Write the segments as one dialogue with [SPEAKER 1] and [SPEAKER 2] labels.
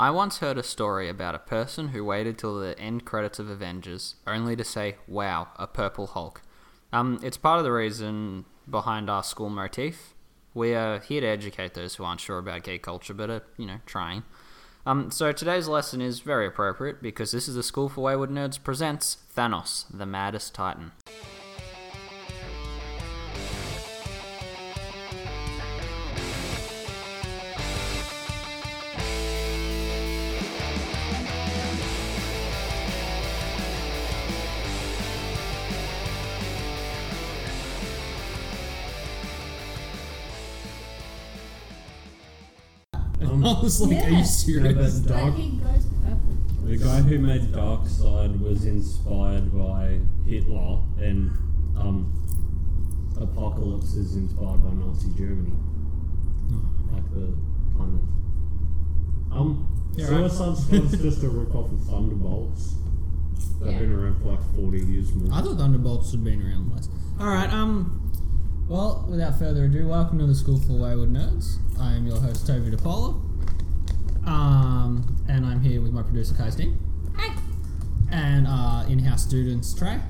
[SPEAKER 1] I once heard a story about a person who waited till the end credits of Avengers only to say, wow, a purple Hulk. Um, it's part of the reason behind our school motif. We are here to educate those who aren't sure about gay culture but are, you know, trying. Um, so today's lesson is very appropriate because this is the School for Wayward Nerds presents Thanos, the Maddest Titan.
[SPEAKER 2] And I was like, are
[SPEAKER 3] Yeah.
[SPEAKER 2] you serious?
[SPEAKER 4] Yeah,
[SPEAKER 3] But
[SPEAKER 4] Dark-
[SPEAKER 3] he goes purple.
[SPEAKER 4] The guy who made Darkseid was inspired by Hitler, and um, Apocalypse is inspired by Nazi Germany, like the kind of. Um,
[SPEAKER 2] Yeah, right.
[SPEAKER 4] Suicide Squad's just a ripoff of Thunderbolts. They've
[SPEAKER 3] Yeah.
[SPEAKER 4] been around for like forty years more.
[SPEAKER 2] I thought Thunderbolts had been around less. Alright, um, well, without further ado, welcome to the School for Wayward Nerds. I am your host, Toby DePola. Um, and I'm here with my producer, Kai Steen,
[SPEAKER 3] Hi.
[SPEAKER 2] and our in house students, Trey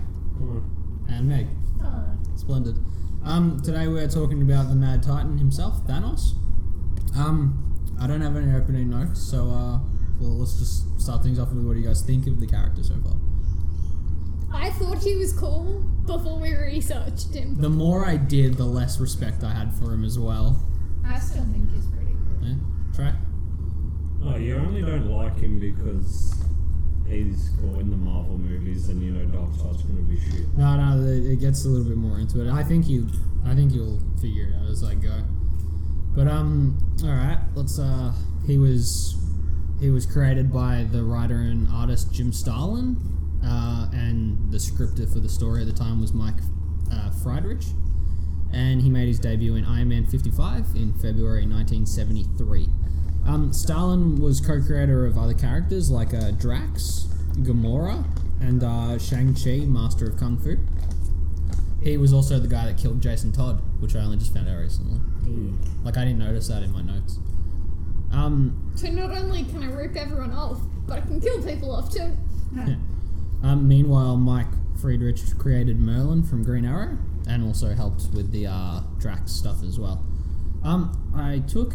[SPEAKER 4] Oh,
[SPEAKER 2] and Meg.
[SPEAKER 3] Oh,
[SPEAKER 2] Splendid. Um, today we're talking about the Mad Titan himself, Thanos. Um, I don't have any opening notes, so uh, well, let's just start things off with what do you guys think of the character so far?
[SPEAKER 3] I thought he was cool before we researched him.
[SPEAKER 2] The more I did, the less respect I had for him as well.
[SPEAKER 3] I still think he's pretty cool.
[SPEAKER 2] Yeah, Trey?
[SPEAKER 4] Oh, you only don't like him because he's caught in the Marvel movies, and you know Darkseid's gonna be shit.
[SPEAKER 2] No, no, the- it gets a little bit more into it. I think you, I think you'll figure it out as I go. But um, all right, let's. Uh, he was, he was created by the writer and artist Jim Starlin, uh, and the scripter for the story at the time was Mike uh, Friedrich, and he made his debut in Iron Man 55 in February 1973. Um, Starlin was co-creator of other characters like uh, Drax, Gamora, and uh, Shang Chi, Master of Kung Fu. He was also the guy that killed Jason Todd, which I only just found out recently. Like I didn't notice that in my notes. Um,
[SPEAKER 3] So not only can I rip everyone off, but I can kill people off too.
[SPEAKER 2] um, meanwhile, Mike Friedrich created Merlin from Green Arrow and also helped with the uh, Drax stuff as well. Um, I took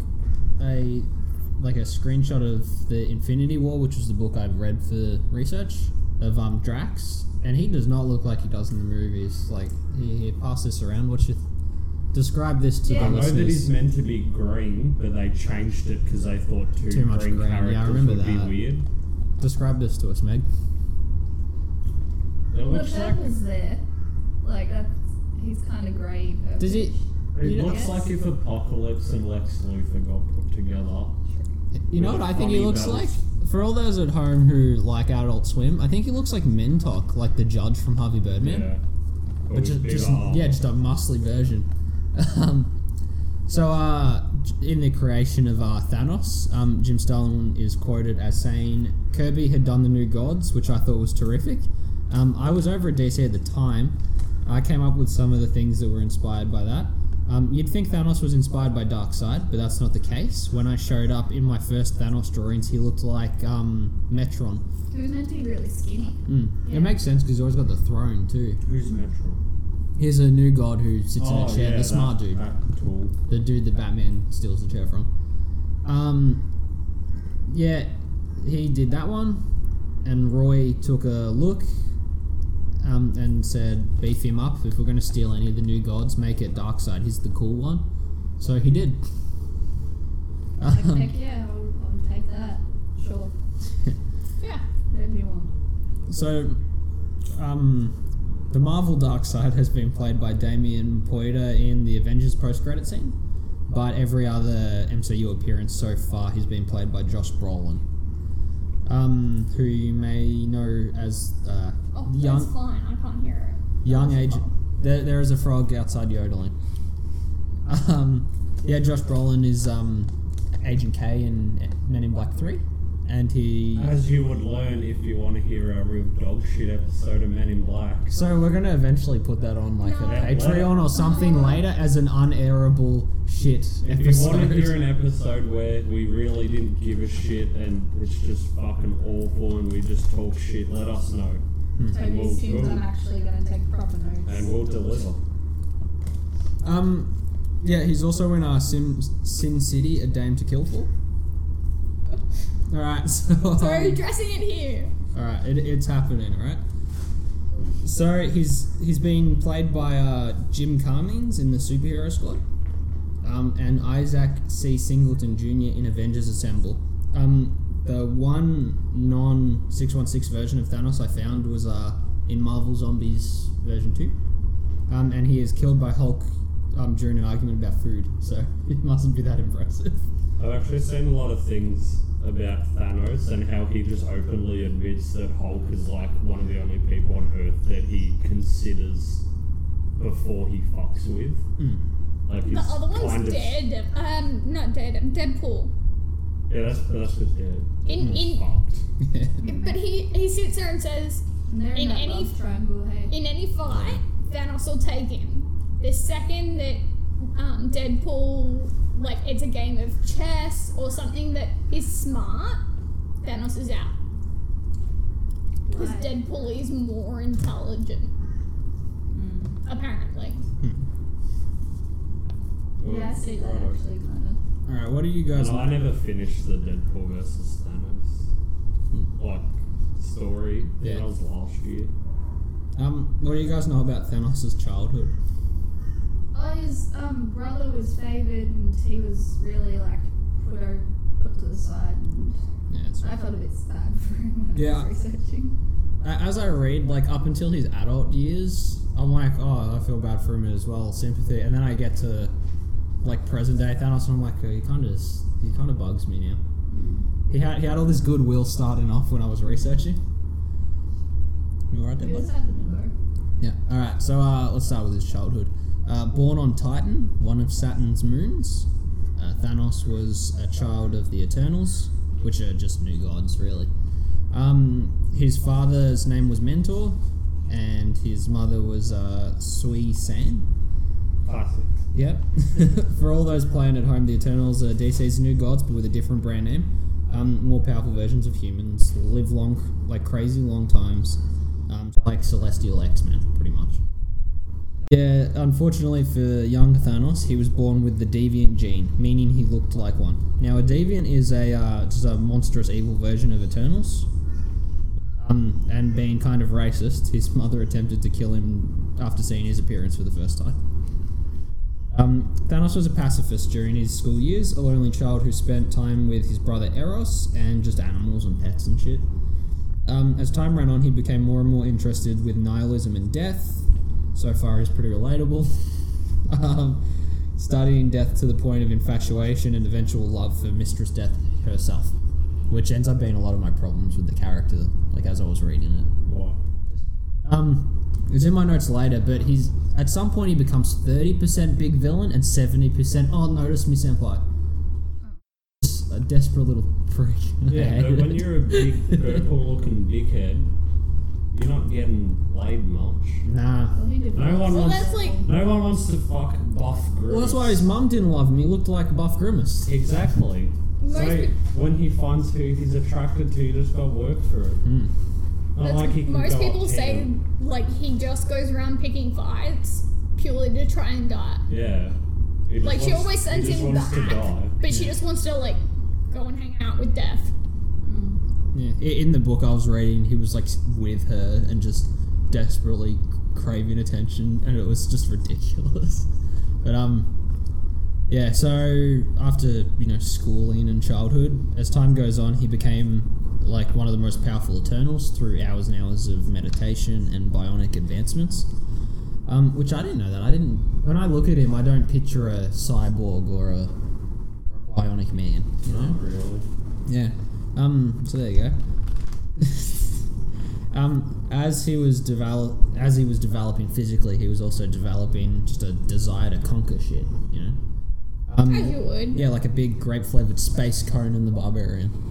[SPEAKER 2] a like a screenshot of the Infinity War, which was the book I've read for research of um, Drax, and he does not look like he does in the movies. Like, he, he pass this around. What you th- describe this to
[SPEAKER 3] Yeah.
[SPEAKER 4] I
[SPEAKER 2] the
[SPEAKER 4] know that
[SPEAKER 2] listeners?
[SPEAKER 4] he's meant to be green, but they changed it because they thought two
[SPEAKER 2] Too much
[SPEAKER 4] green,
[SPEAKER 2] green. Yeah, I
[SPEAKER 4] characters
[SPEAKER 2] remember
[SPEAKER 4] would
[SPEAKER 2] that.
[SPEAKER 4] be weird.
[SPEAKER 2] describe this to us, Meg.
[SPEAKER 4] It
[SPEAKER 5] Well,
[SPEAKER 4] looks like
[SPEAKER 5] purple's there. Like, that's, he's kind of grey. purple.
[SPEAKER 2] Does it?
[SPEAKER 4] it
[SPEAKER 2] you know-
[SPEAKER 4] looks like if Apocalypse and Lex Luthor got put together.
[SPEAKER 2] You know
[SPEAKER 4] With
[SPEAKER 2] what
[SPEAKER 4] a
[SPEAKER 2] I think he
[SPEAKER 4] funny
[SPEAKER 2] looks like?
[SPEAKER 4] balance.
[SPEAKER 2] For all those at home who like Adult Swim, I think he looks like Mentok, like the judge from Harvey Birdman.
[SPEAKER 4] Yeah,
[SPEAKER 2] but
[SPEAKER 4] With
[SPEAKER 2] just,
[SPEAKER 4] bigger
[SPEAKER 2] just
[SPEAKER 4] arms.
[SPEAKER 2] yeah, just a muscly version. Um, so, uh, in the creation of uh, Thanos, um, Jim Starlin is quoted as saying, "Kirby had done the New Gods, which I thought was terrific. Um, I was over at DC at the time. I came up with some of the things that were inspired by that. Um, you'd think Thanos was inspired by Darkseid, but that's not the case. When I showed up in my first Thanos drawings, he looked like um, Metron.
[SPEAKER 5] He was meant to be really skinny.
[SPEAKER 2] Mm.
[SPEAKER 5] Yeah.
[SPEAKER 2] It makes sense because he's always got the throne too.
[SPEAKER 4] Who's Metro?
[SPEAKER 2] Here's a new god who sits in a chair. the
[SPEAKER 4] Oh, that-
[SPEAKER 2] smart dude.
[SPEAKER 4] That tall.
[SPEAKER 2] The dude that Batman steals the chair from. Um, yeah, he did that one, and Roy took a look um, and said, "Beef him up. If we're going to steal any of the new gods, make it Darkseid. He's the cool one." So he did.
[SPEAKER 5] Like,
[SPEAKER 2] Um,
[SPEAKER 5] heck yeah, I'll, I'll take that. Sure.
[SPEAKER 3] Yeah.
[SPEAKER 5] Whatever you want.
[SPEAKER 2] So, um, the Marvel Dark Side has been played by Damian Poita in the Avengers post-credit scene, but every other MCU appearance so far has been played by Josh Brolin, um, who you may know as uh,
[SPEAKER 3] Oh, that's
[SPEAKER 2] young
[SPEAKER 3] fine. I can't hear it.
[SPEAKER 2] young agent. There, there is a frog outside yodeling. Um, yeah, Josh Brolin is um, Agent K in Men in Black Three, and he.
[SPEAKER 4] As you would learn if you want to hear a real dog shit episode of Men in Black.
[SPEAKER 2] So we're gonna eventually put that on like a
[SPEAKER 3] No.
[SPEAKER 2] Patreon or something
[SPEAKER 3] No.
[SPEAKER 2] later as an unairable shit
[SPEAKER 4] If you want to hear an episode where we really didn't give a shit and it's just fucking awful and we just talk shit, let us know.
[SPEAKER 2] Hmm.
[SPEAKER 4] And we'll,
[SPEAKER 5] Tony assumes I'm
[SPEAKER 4] we'll,
[SPEAKER 5] actually going to take proper notes.
[SPEAKER 4] and we'll deliver.
[SPEAKER 2] Um, yeah, he's also in uh, Sim Sin City, A Dame to Kill For. All right, so
[SPEAKER 3] So
[SPEAKER 2] um,
[SPEAKER 3] dressing it here.
[SPEAKER 2] all right, it, it's happening. All right. So he's he's being played by uh, Jim Carmines in the superhero squad, um, and Isaac C. Singleton Jr. in Avengers Assemble. Um, the one non six one six version of Thanos I found was uh, in Marvel Zombies version two, um, and he is killed by Hulk um, during an argument about food. So it mustn't be that impressive.
[SPEAKER 4] I've actually seen a lot of things about Thanos and how he just openly admits that Hulk is like one of the only people on Earth that he considers before he fucks with. Like he's
[SPEAKER 3] The other one's
[SPEAKER 4] kind of,
[SPEAKER 3] dead. Um, not dead. Deadpool.
[SPEAKER 4] Yeah, that's that's just dead.
[SPEAKER 3] In in,
[SPEAKER 4] Fucked. Hmm.
[SPEAKER 3] but he he sits there and says,
[SPEAKER 5] They're in,
[SPEAKER 3] In
[SPEAKER 5] that
[SPEAKER 3] any-
[SPEAKER 5] love triangle, hey?
[SPEAKER 3] in any fight, Thanos will take him. The second that um, Deadpool, like it's a game of chess or something that is smart, Thanos is out because
[SPEAKER 5] Right.
[SPEAKER 3] Deadpool is more intelligent,
[SPEAKER 5] Mm.
[SPEAKER 3] apparently.
[SPEAKER 4] Well,
[SPEAKER 2] Mm.
[SPEAKER 5] Yeah, I see that
[SPEAKER 4] righto.
[SPEAKER 5] actually, kind of.
[SPEAKER 2] All right, what do you guys?
[SPEAKER 4] And I never finished the Deadpool versus Thanos like story.
[SPEAKER 2] Yeah.
[SPEAKER 4] That was last year.
[SPEAKER 2] Um, what do you guys know about Thanos' childhood?
[SPEAKER 5] Oh, his um, brother was favoured and he was really like put o- put to the side. And
[SPEAKER 2] Yeah, that's
[SPEAKER 5] I felt a bit sad for him when
[SPEAKER 2] Yeah.
[SPEAKER 5] I was researching.
[SPEAKER 2] A- As I read, like up until his adult years, I'm like, oh, I feel bad for him as well, sympathy. And then I get to like present day Thanos, and I'm like, oh, he kind of he kind of bugs me now. He had he had all this goodwill starting off when I was researching. You alright there,
[SPEAKER 5] He was
[SPEAKER 2] bud?
[SPEAKER 5] sad to go.
[SPEAKER 2] Yeah. All right. So uh, let's start with his childhood. Uh, born on Titan, one of Saturn's moons, uh, Thanos was a child of the Eternals, which are just new gods, really. Um, his father's name was Mentor, and his mother was uh, Sui San.
[SPEAKER 4] Classic.
[SPEAKER 2] Yep. For all those playing at home, the Eternals are DC's new gods, but with a different brand name. Um, more powerful versions of humans live long, like crazy long times, um, like celestial X Men, pretty much. Yeah, unfortunately for young Thanos, he was born with the deviant gene, meaning he looked like one. Now, a deviant is a uh, just a monstrous evil version of Eternals. Um, and being kind of racist, his mother attempted to kill him after seeing his appearance for the first time. Um, Thanos was a pacifist during his school years, a lonely child who spent time with his brother Eros and just animals and pets and shit. Um, as time ran on, he became more and more interested with nihilism and death. So far, he's pretty relatable. um, studying death to the point of infatuation and eventual love for Mistress Death herself, which ends up being a lot of my problems with the character, like as I was reading it.
[SPEAKER 4] What?
[SPEAKER 2] Um, it's in my notes later, but he's at some point he becomes thirty percent big villain and seventy percent. Oh, notice me, senpai. Just A desperate little prick.
[SPEAKER 4] Yeah, but when you're a big purple looking dickhead, you're not getting laid much.
[SPEAKER 2] nah.
[SPEAKER 5] Well, he did
[SPEAKER 4] No one
[SPEAKER 3] Well,
[SPEAKER 4] wants
[SPEAKER 3] that's like
[SPEAKER 4] no one wants to fuck buff groups.
[SPEAKER 2] Well, that's why his mum didn't love him. He looked like a buff grimace.
[SPEAKER 4] Exactly.
[SPEAKER 3] Most
[SPEAKER 4] So
[SPEAKER 3] peop-
[SPEAKER 4] when he finds who he's attracted to, you just gotta work for it.
[SPEAKER 2] Hmm.
[SPEAKER 4] Not
[SPEAKER 3] That's-
[SPEAKER 4] like he can
[SPEAKER 3] most
[SPEAKER 4] go
[SPEAKER 3] people
[SPEAKER 4] up
[SPEAKER 3] say
[SPEAKER 4] town.
[SPEAKER 3] like he just goes around picking fights purely to try and die.
[SPEAKER 4] Yeah. He just
[SPEAKER 3] Like she
[SPEAKER 4] wants-
[SPEAKER 3] always
[SPEAKER 4] he
[SPEAKER 3] sends
[SPEAKER 4] just
[SPEAKER 3] him
[SPEAKER 4] wants to
[SPEAKER 3] back,
[SPEAKER 4] die.
[SPEAKER 3] but she just wants to like go and hang out with Death.
[SPEAKER 2] Yeah. I- In the book I was reading, he was like with her and just desperately craving attention, and it was just ridiculous. But um, yeah. So after you know schooling and childhood, as time goes on, he became like one of the most powerful Eternals through hours and hours of meditation and bionic advancements. Um, which I didn't know that. I didn't. When I look at him, I don't picture a cyborg or a bionic man. You know.
[SPEAKER 4] Not really.
[SPEAKER 2] Yeah. Um. So there you go. um. As he was develop, as he was developing physically, he was also developing just a desire to conquer shit. You know.
[SPEAKER 3] As you
[SPEAKER 2] Um.
[SPEAKER 3] would.
[SPEAKER 2] Yeah, like a big grape flavored space cone in the barbarian.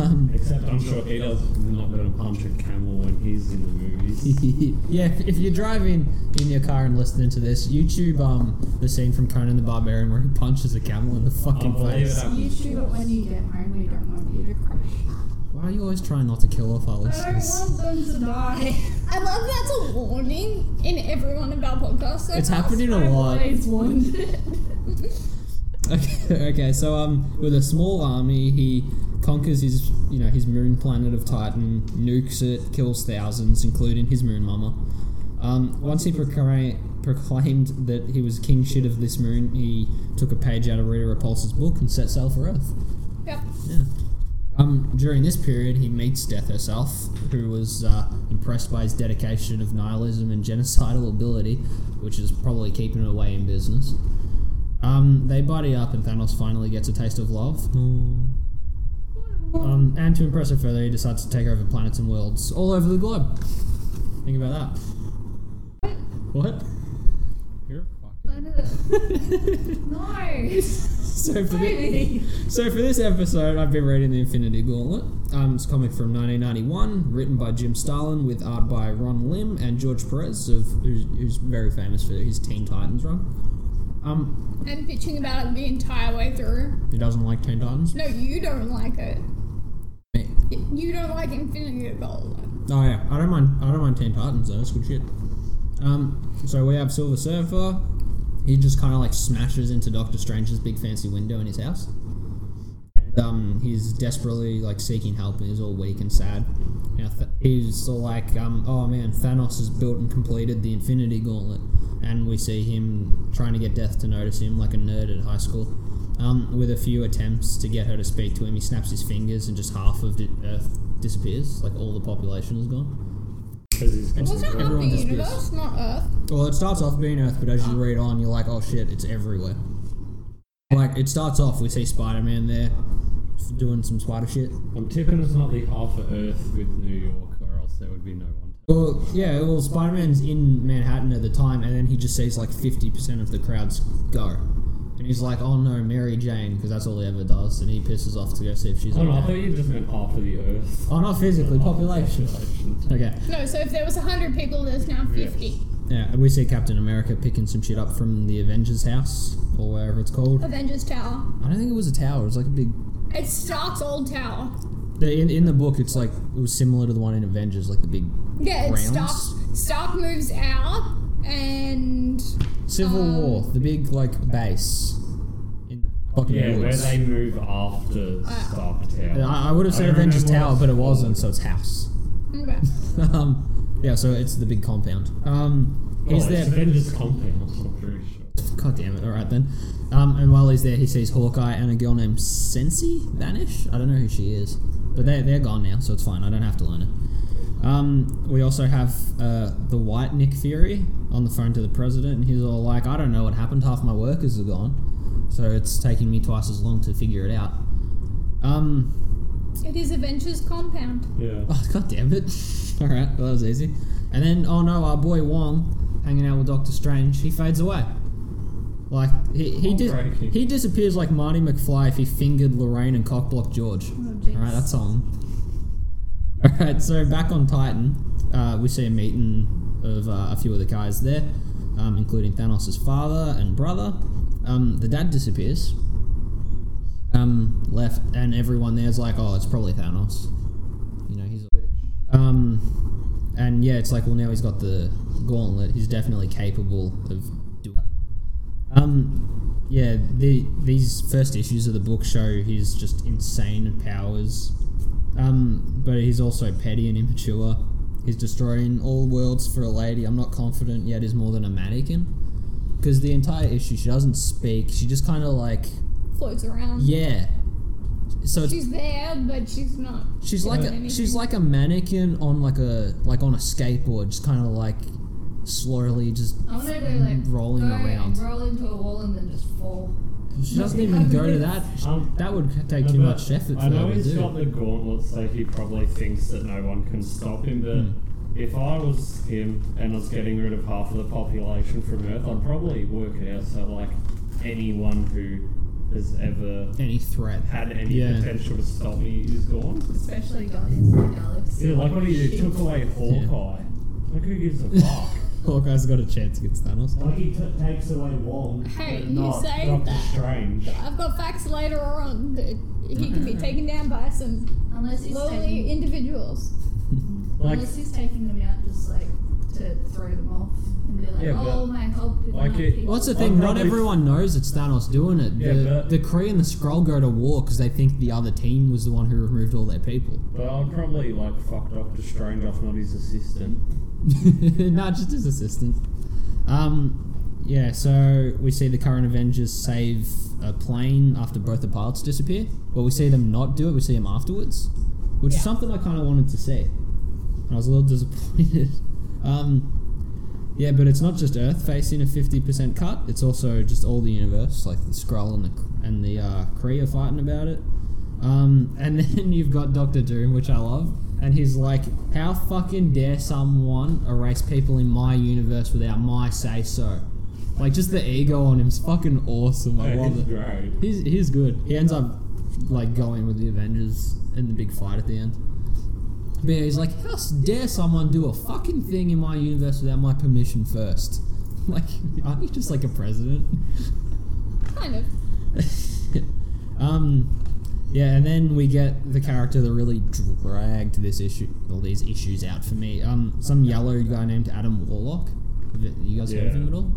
[SPEAKER 2] Um,
[SPEAKER 4] Except I'm sure he does not going to punch a camel when he's in the movies.
[SPEAKER 2] yeah, if, if you're driving in your car and listening to this, YouTube um the scene from Conan the Barbarian where he punches a camel in the fucking
[SPEAKER 4] believe
[SPEAKER 2] face.
[SPEAKER 4] it.
[SPEAKER 5] YouTube it when you get home. We don't want you to crash.
[SPEAKER 2] Why are you always trying not to kill off our
[SPEAKER 5] I don't
[SPEAKER 2] listeners?
[SPEAKER 5] want them to die.
[SPEAKER 3] I love that's a warning in every one of our podcasts. so
[SPEAKER 2] It's
[SPEAKER 3] far.
[SPEAKER 2] happening a
[SPEAKER 5] I
[SPEAKER 2] lot.
[SPEAKER 5] always wanted it.
[SPEAKER 2] Okay, okay, so um, with a small army, he conquers his, you know, his moon planet of Titan, nukes it, kills thousands, including his moon mama. Um, once he procra- proclaimed that he was king shit of this moon, he took a page out of Rita Repulsa's book and set sail for Earth.
[SPEAKER 3] Yep.
[SPEAKER 2] Yeah. Um, during this period, he meets Death herself, who was uh, impressed by his dedication of nihilism and genocidal ability, which is probably keeping him away in business. Um, they buddy up, and Thanos finally gets a taste of love. Um, and to impress her further, he decides to take over planets and worlds all over the globe. Think about that. What? You're fucking.
[SPEAKER 5] No.
[SPEAKER 2] So for the-
[SPEAKER 5] Really?
[SPEAKER 2] So for this episode, I've been reading The Infinity Gauntlet. Um, it's a comic from 1991, written by Jim Starlin, with art by Ron Lim and George Perez, of who's, who's very famous for his Teen Titans run. Um,
[SPEAKER 3] And bitching about it the entire way through.
[SPEAKER 2] he doesn't like Teen Titans.
[SPEAKER 3] No, you don't like it.
[SPEAKER 2] Me.
[SPEAKER 3] You don't like Infinity Gauntlet.
[SPEAKER 2] Oh yeah, I don't mind. I don't mind Teen Titans though. That's good shit. Um, so we have Silver Surfer. He just kind of like smashes into Doctor Strange's big fancy window in his house. And, um, he's desperately like seeking help and he's all weak and sad. Now th- he's all like, um, oh man, Thanos has built and completed the Infinity Gauntlet, and we see him trying to get Death to notice him like a nerd at high school. Um, with a few attempts to get her to speak to him, he snaps his fingers and just half of di- Earth disappears. Like all the population is gone.
[SPEAKER 4] Because he's
[SPEAKER 3] Wasn't that half the
[SPEAKER 2] Everyone just
[SPEAKER 3] universe, not Earth?
[SPEAKER 2] Well, it starts off being Earth, but as you read on, you're like, oh shit, it's everywhere. Like it starts off, we see Spider-Man there doing some spider shit.
[SPEAKER 4] I'm tipping it's not the half of Earth with New York, or else there would be no one.
[SPEAKER 2] Well, yeah, well, Spider Man's in Manhattan at the time, and then he just sees like 50% of the crowds go. And he's like, oh no, Mary Jane, because that's all he ever does, and he pisses off to go see if she's
[SPEAKER 4] Oh no, I thought
[SPEAKER 2] okay.
[SPEAKER 4] you just meant half of the Earth.
[SPEAKER 2] Oh, not physically,
[SPEAKER 4] Oh,
[SPEAKER 2] population. Okay,
[SPEAKER 3] No, so if there was 100 people, there's now 50.
[SPEAKER 2] yeah, and we see Captain America picking some shit up from the Avengers house, or wherever it's called.
[SPEAKER 3] Avengers Tower.
[SPEAKER 2] I don't think it was a tower, it was like a big.
[SPEAKER 3] It's Stark's old tower.
[SPEAKER 2] the- In, in the book, it's like, it was similar to the one in Avengers, like the big.
[SPEAKER 3] Yeah, it's Stark.
[SPEAKER 2] Rounds?
[SPEAKER 3] Stark moves out and.
[SPEAKER 2] Civil
[SPEAKER 3] Um,
[SPEAKER 2] War, the big, like, base. In the fucking
[SPEAKER 4] Yeah, where
[SPEAKER 2] woods.
[SPEAKER 4] they move after Stark Tower.
[SPEAKER 2] I, I would have said
[SPEAKER 4] don't
[SPEAKER 2] Avengers
[SPEAKER 4] remember
[SPEAKER 2] Tower,
[SPEAKER 4] what
[SPEAKER 2] but it
[SPEAKER 4] it's
[SPEAKER 2] wasn't, so it's house.
[SPEAKER 3] Okay.
[SPEAKER 2] um, yeah, so it's the big compound. Um,
[SPEAKER 4] called.
[SPEAKER 2] he's
[SPEAKER 4] Oh, it's
[SPEAKER 2] there.
[SPEAKER 4] Avengers Compound, I'm pretty sure.
[SPEAKER 2] God damn it! All right then. Um, and while he's there, he sees Hawkeye and a girl named Sensi vanish. I don't know who she is, but they they're gone now, so it's fine. I don't have to learn it. Um, we also have uh, the white Nick Fury on the phone to the president, and he's all like, "I don't know what happened. Half my workers are gone, so it's taking me twice as long to figure it out." Um,
[SPEAKER 3] It is Avengers Compound.
[SPEAKER 4] Yeah.
[SPEAKER 2] Oh, God damn it. All right, well, that was easy. And then, oh no, our boy Wong, hanging out with Doctor Strange, he fades away. Like, he, he, dis-
[SPEAKER 4] Heartbreaking.
[SPEAKER 2] he disappears like Marty McFly if he fingered Lorraine and cockblocked George.
[SPEAKER 5] jeez.
[SPEAKER 2] All right, that's on. All right, so back on Titan, uh, we see a meeting of uh, a few of the guys there, um, including Thanos' father and brother. Um, the dad disappears. Um, left, and everyone there's like, oh, it's probably Thanos. You know, he's a um, and yeah, it's like, well, now he's got the gauntlet. He's definitely capable of doing. it. Um, yeah, the these first issues of the book show his just insane powers. Um, but he's also petty and immature. He's destroying all worlds for a lady. I'm not confident yet. Is more than a mannequin. Because the entire issue, she doesn't speak. She just kind of like,
[SPEAKER 3] Floats around.
[SPEAKER 2] yeah. So it's
[SPEAKER 3] She's there, but she's not.
[SPEAKER 2] She's
[SPEAKER 3] doing
[SPEAKER 2] like a,
[SPEAKER 3] anything.
[SPEAKER 2] she's like a mannequin on like a like on a skateboard, just kind of like slowly just.
[SPEAKER 5] I'm gonna do like
[SPEAKER 2] Rolling
[SPEAKER 5] go
[SPEAKER 2] around.
[SPEAKER 5] and roll into a wall and then just fall.
[SPEAKER 2] She doesn't even go to that.
[SPEAKER 4] Um,
[SPEAKER 2] That would take too
[SPEAKER 4] but
[SPEAKER 2] much effort. For
[SPEAKER 4] I know
[SPEAKER 2] her to
[SPEAKER 4] he's
[SPEAKER 2] do.
[SPEAKER 4] got the gauntlet, so he probably thinks that no one can stop him.
[SPEAKER 2] Hmm.
[SPEAKER 4] But if I was him and I was getting rid of half of the population from Earth, I'd probably work it out so like anyone who has ever
[SPEAKER 2] Any threat?
[SPEAKER 4] had any
[SPEAKER 2] Yeah.
[SPEAKER 4] potential to stop me is gone.
[SPEAKER 5] Especially Guardians of the Galaxy.
[SPEAKER 4] Yeah, like when he
[SPEAKER 5] Shit.
[SPEAKER 4] took away Hawkeye. Like who gives a fuck?
[SPEAKER 2] Hawkeye's got a chance against Thanos.
[SPEAKER 4] like he t- takes away Wong,
[SPEAKER 3] Hey,
[SPEAKER 4] but
[SPEAKER 3] you
[SPEAKER 4] not
[SPEAKER 3] saved
[SPEAKER 4] Doctor
[SPEAKER 3] that.
[SPEAKER 4] Strange.
[SPEAKER 3] I've got facts later on that he can be taken down by some
[SPEAKER 5] Unless he's
[SPEAKER 3] lowly
[SPEAKER 5] taking,
[SPEAKER 3] individuals.
[SPEAKER 4] Like
[SPEAKER 5] unless he's taking them out just like to throw them off and be like,
[SPEAKER 4] Yeah, but-
[SPEAKER 5] oh my help. with
[SPEAKER 4] Like
[SPEAKER 5] my
[SPEAKER 4] it-
[SPEAKER 5] people."
[SPEAKER 2] Well, that's the thing. Not
[SPEAKER 4] probably-
[SPEAKER 2] everyone knows it's Thanos doing it. The,
[SPEAKER 4] Yeah, but-
[SPEAKER 2] the Kree and the Skrull go to war because they think the other team was the one who removed all their people.
[SPEAKER 4] But I'd probably like fuck Doctor Strange off, not his assistant.
[SPEAKER 2] Not just his assistant. Um, yeah. So we see the current Avengers save a plane after both the pilots disappear. Well, we see them not do it. We see them afterwards, which is something I kind of wanted to see. And I was a little disappointed. um, yeah, but it's not just Earth facing a fifty percent cut. It's also just all the universe, like the Skrull and the and the uh, Kree are fighting about it. Um, and then you've got Doctor Doom, which I love, and he's like, "How fucking dare someone erase people in my universe without my say so?" Like, just the ego on him's fucking awesome. I
[SPEAKER 4] Like,
[SPEAKER 2] love
[SPEAKER 4] it's
[SPEAKER 2] it.
[SPEAKER 4] great.
[SPEAKER 2] He's he's good. He ends up like going with the Avengers in the big fight at the end. But yeah, he's like, how s- dare someone do a fucking thing in my universe without my permission first? Like, aren't you just like a president?
[SPEAKER 3] Kind of.
[SPEAKER 2] um, yeah, and then we get the character that really dragged this issue, all these issues out for me. Um, some yellow guy named Adam Warlock. Have You you guys heard of
[SPEAKER 4] Yeah.
[SPEAKER 2] him at all?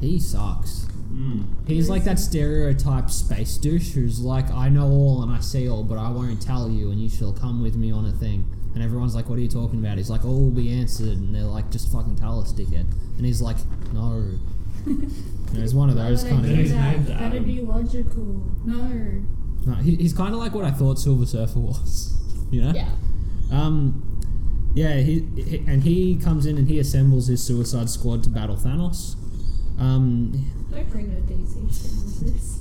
[SPEAKER 2] He sucks.
[SPEAKER 4] Mm.
[SPEAKER 2] He's like that stereotype space douche who's like, I know all and I see all, but I won't tell you, and you shall come with me on a thing. And everyone's like, What are you talking about? He's like, All will be answered. And they're like, Just fucking tell us, dickhead. And he's like, No. You know, he's one of
[SPEAKER 5] Why
[SPEAKER 2] those
[SPEAKER 5] would I
[SPEAKER 2] kind
[SPEAKER 5] do
[SPEAKER 4] Then
[SPEAKER 2] of.
[SPEAKER 4] he's
[SPEAKER 5] that?
[SPEAKER 4] named
[SPEAKER 5] That'd
[SPEAKER 4] Adam.
[SPEAKER 5] be logical. No.
[SPEAKER 2] No, he, he's kind of like what I thought Silver Surfer was. You know?
[SPEAKER 3] Yeah.
[SPEAKER 2] Um, yeah, he, he and he comes in and he assembles his Suicide Squad to battle Thanos. Um,
[SPEAKER 5] Don't bring no DC shit into this.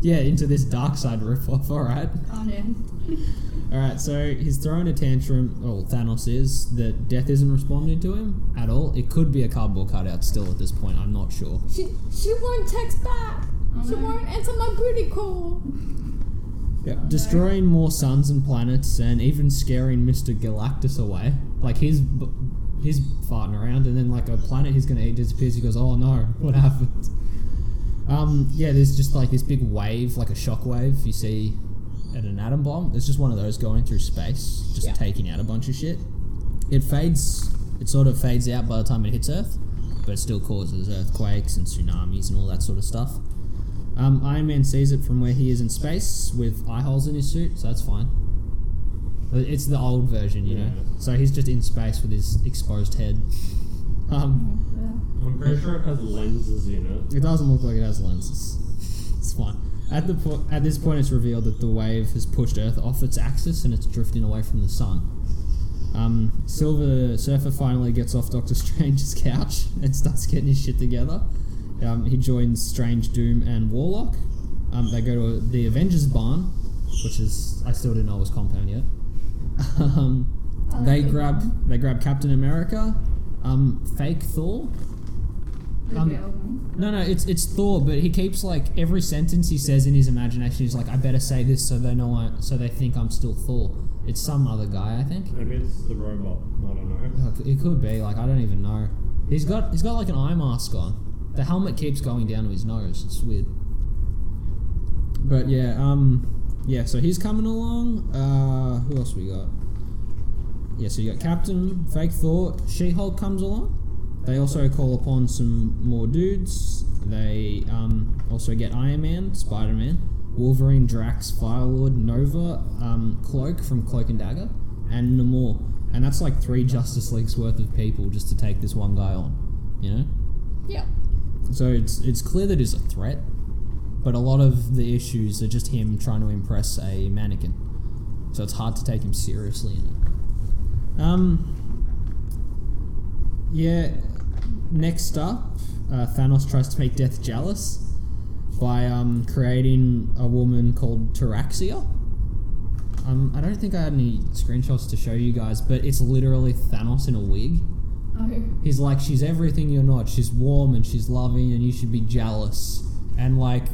[SPEAKER 2] yeah, into this dark side ripoff. All right.
[SPEAKER 5] Oh no.
[SPEAKER 2] All right, so he's throwing a tantrum. Well, Thanos is that Death isn't responding to him at all. It could be a cardboard cutout still at this point. I'm not sure.
[SPEAKER 3] She, she won't text back.
[SPEAKER 5] Oh,
[SPEAKER 3] she
[SPEAKER 5] no.
[SPEAKER 3] won't answer my booty call.
[SPEAKER 2] Yeah. Destroying more suns and planets, and even scaring Mister Galactus away. Like he's b- he's farting around, and then like a planet he's gonna eat disappears. He goes, "Oh no, what happened?" Um, yeah, there's just like this big wave, like a shock wave you see at an atom bomb. It's just one of those going through space, just
[SPEAKER 3] Yeah.
[SPEAKER 2] taking out a bunch of shit. It fades. It sort of fades out by the time it hits Earth, but it still causes earthquakes and tsunamis and all that sort of stuff. Um, Iron Man sees it from where he is in space with eye holes in his suit, so that's fine. But It's the old version, you know.
[SPEAKER 4] Yeah.
[SPEAKER 2] So he's just in space with his exposed head. Um,
[SPEAKER 4] I'm pretty sure it has lenses in it.
[SPEAKER 2] it doesn't look like it has lenses. It's fine. At the po- at this point, it's revealed that the wave has pushed Earth off its axis and it's drifting away from the sun. Um, Silver Surfer finally gets off Doctor Strange's couch and starts getting his shit together. Um, he joins Strange, Doom, and Warlock. Um, they go to the Avengers barn, which is I still didn't know was compound yet. Um,
[SPEAKER 5] I like
[SPEAKER 2] they
[SPEAKER 5] the
[SPEAKER 2] grab they grab Captain America, um, fake Thor,
[SPEAKER 5] The
[SPEAKER 2] Um,
[SPEAKER 5] real one.
[SPEAKER 2] no, no, it's it's Thor, but he keeps like every sentence he says in his imagination. He's like, I better say this so they know, I, so they think I'm still Thor. It's some other guy, I think.
[SPEAKER 4] Maybe it's the robot. I don't know.
[SPEAKER 2] Uh, It could be like I don't even know. He's got he's got like an eye mask on. The helmet keeps going down to his nose. It's weird. But yeah, um, yeah. So he's coming along. Uh, who else we got? Yeah, so you got Captain, Fake Thought, She Hulk comes along. They also call upon some more dudes. They um, also get Iron Man, Spider Man, Wolverine, Drax, Firelord, Nova, um, Cloak from Cloak and Dagger, and Namor. And that's like three Justice League's worth of people just to take this one guy on, you know?
[SPEAKER 3] Yep.
[SPEAKER 2] So it's it's clear that he's a threat, but a lot of the issues are just him trying to impress a mannequin. So it's hard to take him seriously in it. Um. Yeah. Next up, uh, Thanos tries to make Death jealous by um, creating a woman called Taraxia. Um, I don't think I had any screenshots to show you guys, but it's literally Thanos in a wig.
[SPEAKER 5] Oh.
[SPEAKER 2] He's like, she's everything you're not. She's warm and she's loving, and you should be jealous. And like,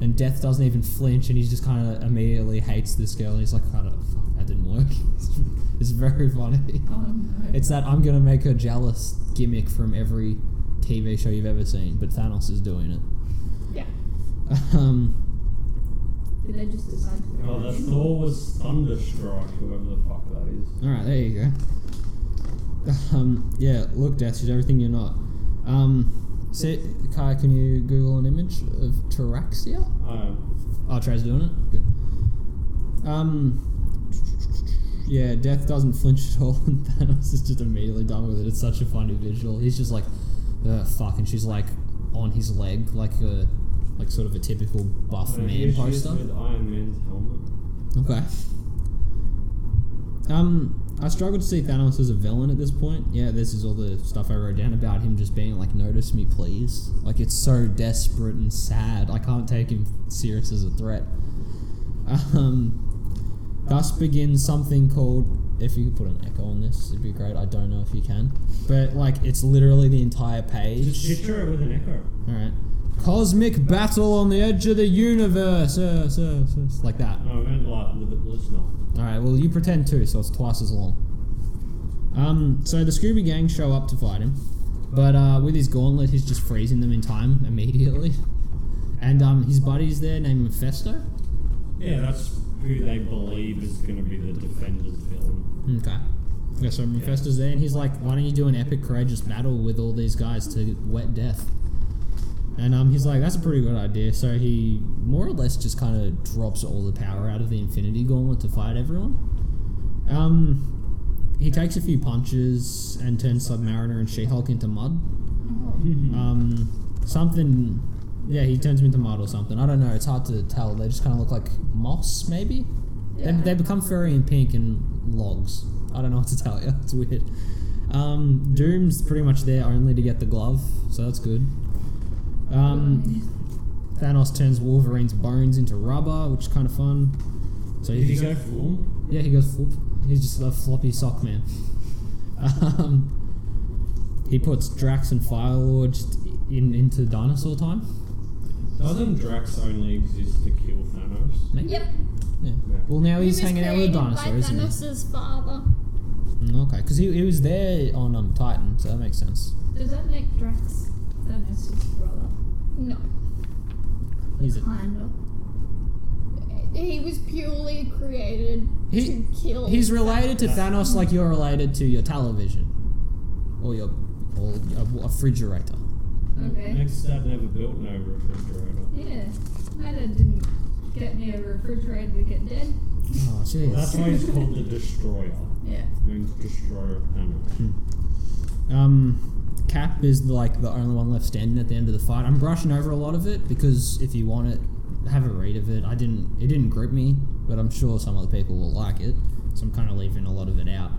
[SPEAKER 2] And Death doesn't even flinch, and he just kind of immediately hates this girl. And he's like, kind of, fuck, that didn't work. it's very funny.
[SPEAKER 5] Oh no.
[SPEAKER 2] It's that I'm gonna make her jealous gimmick from every TV show you've ever seen, but Thanos is doing it.
[SPEAKER 3] Yeah.
[SPEAKER 2] Um,
[SPEAKER 5] Did they just decide to
[SPEAKER 4] Oh,
[SPEAKER 5] throw it
[SPEAKER 4] that
[SPEAKER 5] in?
[SPEAKER 4] Thor was Thunderstruck, whoever the fuck that is.
[SPEAKER 2] all right, there you go. Um, yeah, look, Death, she's everything you're not. Um, see, Kai, can you Google an image of Taraxia?
[SPEAKER 4] Oh,
[SPEAKER 2] Oh, Trey's doing it. Good. Um, yeah, Death doesn't flinch at all, and Thanos is just immediately done with it. It's such a funny visual. He's just like, Ugh, fuck, and she's like on his leg, like a, like sort of a typical buff
[SPEAKER 4] So
[SPEAKER 2] man
[SPEAKER 4] here she is
[SPEAKER 2] poster.
[SPEAKER 4] with Iron Man's helmet.
[SPEAKER 2] Okay. Um, I struggle to see Thanos as a villain at this point. Yeah, this is all the stuff I wrote down about him just being like, "Notice me, please." Like it's so desperate and sad. I can't take him serious as a threat. Um, thus begins something called. If you could put an echo on this, it'd be great. I don't know if you can, but like it's literally the entire
[SPEAKER 4] Just
[SPEAKER 2] page.
[SPEAKER 4] picture it with an echo.
[SPEAKER 2] All right. Cosmic battle on the edge of the universe, uh, so, so, so, like that.
[SPEAKER 4] No, I meant like the bit listener.
[SPEAKER 2] All right. Well, you pretend too, so it's twice as long. Um. So the Scooby Gang show up to fight him, but uh, with his gauntlet, he's just freezing them in time immediately. And um, his buddy's there named Mephisto.
[SPEAKER 4] Yeah, that's who they believe is going to be the Defenders villain.
[SPEAKER 2] Okay. Yeah. So Mephisto's there, and he's like, "Why don't you do an epic, courageous battle with all these guys to wet death?" And um, he's like, "That's a pretty good idea." So he more or less just kind of drops all the power out of the Infinity Gauntlet to fight everyone. Um, he takes a few punches and turns Submariner and She-Hulk into mud. Um, something, yeah, he turns them into mud or something. I don't know. It's hard to tell. They just kind of look like moss, maybe. They,
[SPEAKER 5] Yeah.
[SPEAKER 2] they become furry and pink and logs. I don't know what to tell you. It's weird. Um, Doom's pretty much there only to get the glove, so that's good. Um, Thanos turns Wolverine's bones into rubber, which is kind of fun. So
[SPEAKER 4] Did he
[SPEAKER 2] just-
[SPEAKER 4] go full?
[SPEAKER 2] yeah, he goes flop. He's just a floppy sock man. Um, he puts Drax and Firelord just in into dinosaur time.
[SPEAKER 4] Doesn't Drax only exist to kill Thanos?
[SPEAKER 2] Maybe.
[SPEAKER 3] Yep.
[SPEAKER 2] Yeah. Well, now
[SPEAKER 3] He
[SPEAKER 2] he's
[SPEAKER 3] was
[SPEAKER 2] hanging out with a
[SPEAKER 3] created
[SPEAKER 2] dinosaur,
[SPEAKER 3] by
[SPEAKER 2] isn't he?
[SPEAKER 3] Thanos' father.
[SPEAKER 2] Mm, okay, because he, he was there on um, Titan, so that makes sense.
[SPEAKER 5] Does that make Drax Thanos' brother?
[SPEAKER 3] No.
[SPEAKER 2] He's a,
[SPEAKER 5] Kind of.
[SPEAKER 3] He was purely created
[SPEAKER 2] He-
[SPEAKER 3] to kill.
[SPEAKER 2] he's related to Thanos like you're related to your television, or your or a, a refrigerator.
[SPEAKER 5] Okay.
[SPEAKER 4] Next Dad never built no refrigerator.
[SPEAKER 5] Yeah. My dad didn't get me a refrigerator to get dead.
[SPEAKER 2] Oh,
[SPEAKER 4] That's
[SPEAKER 2] jeez.
[SPEAKER 4] why he's called the Destroyer.
[SPEAKER 5] Yeah.
[SPEAKER 4] Means destroyer of Thanos.
[SPEAKER 2] Um, Cap is like the only one left standing at the end of the fight. I'm brushing over a lot of it because if you want it, have a read of it. I didn't. It didn't grip me, but I'm sure some other people will like it. So I'm kind of leaving a lot of it out.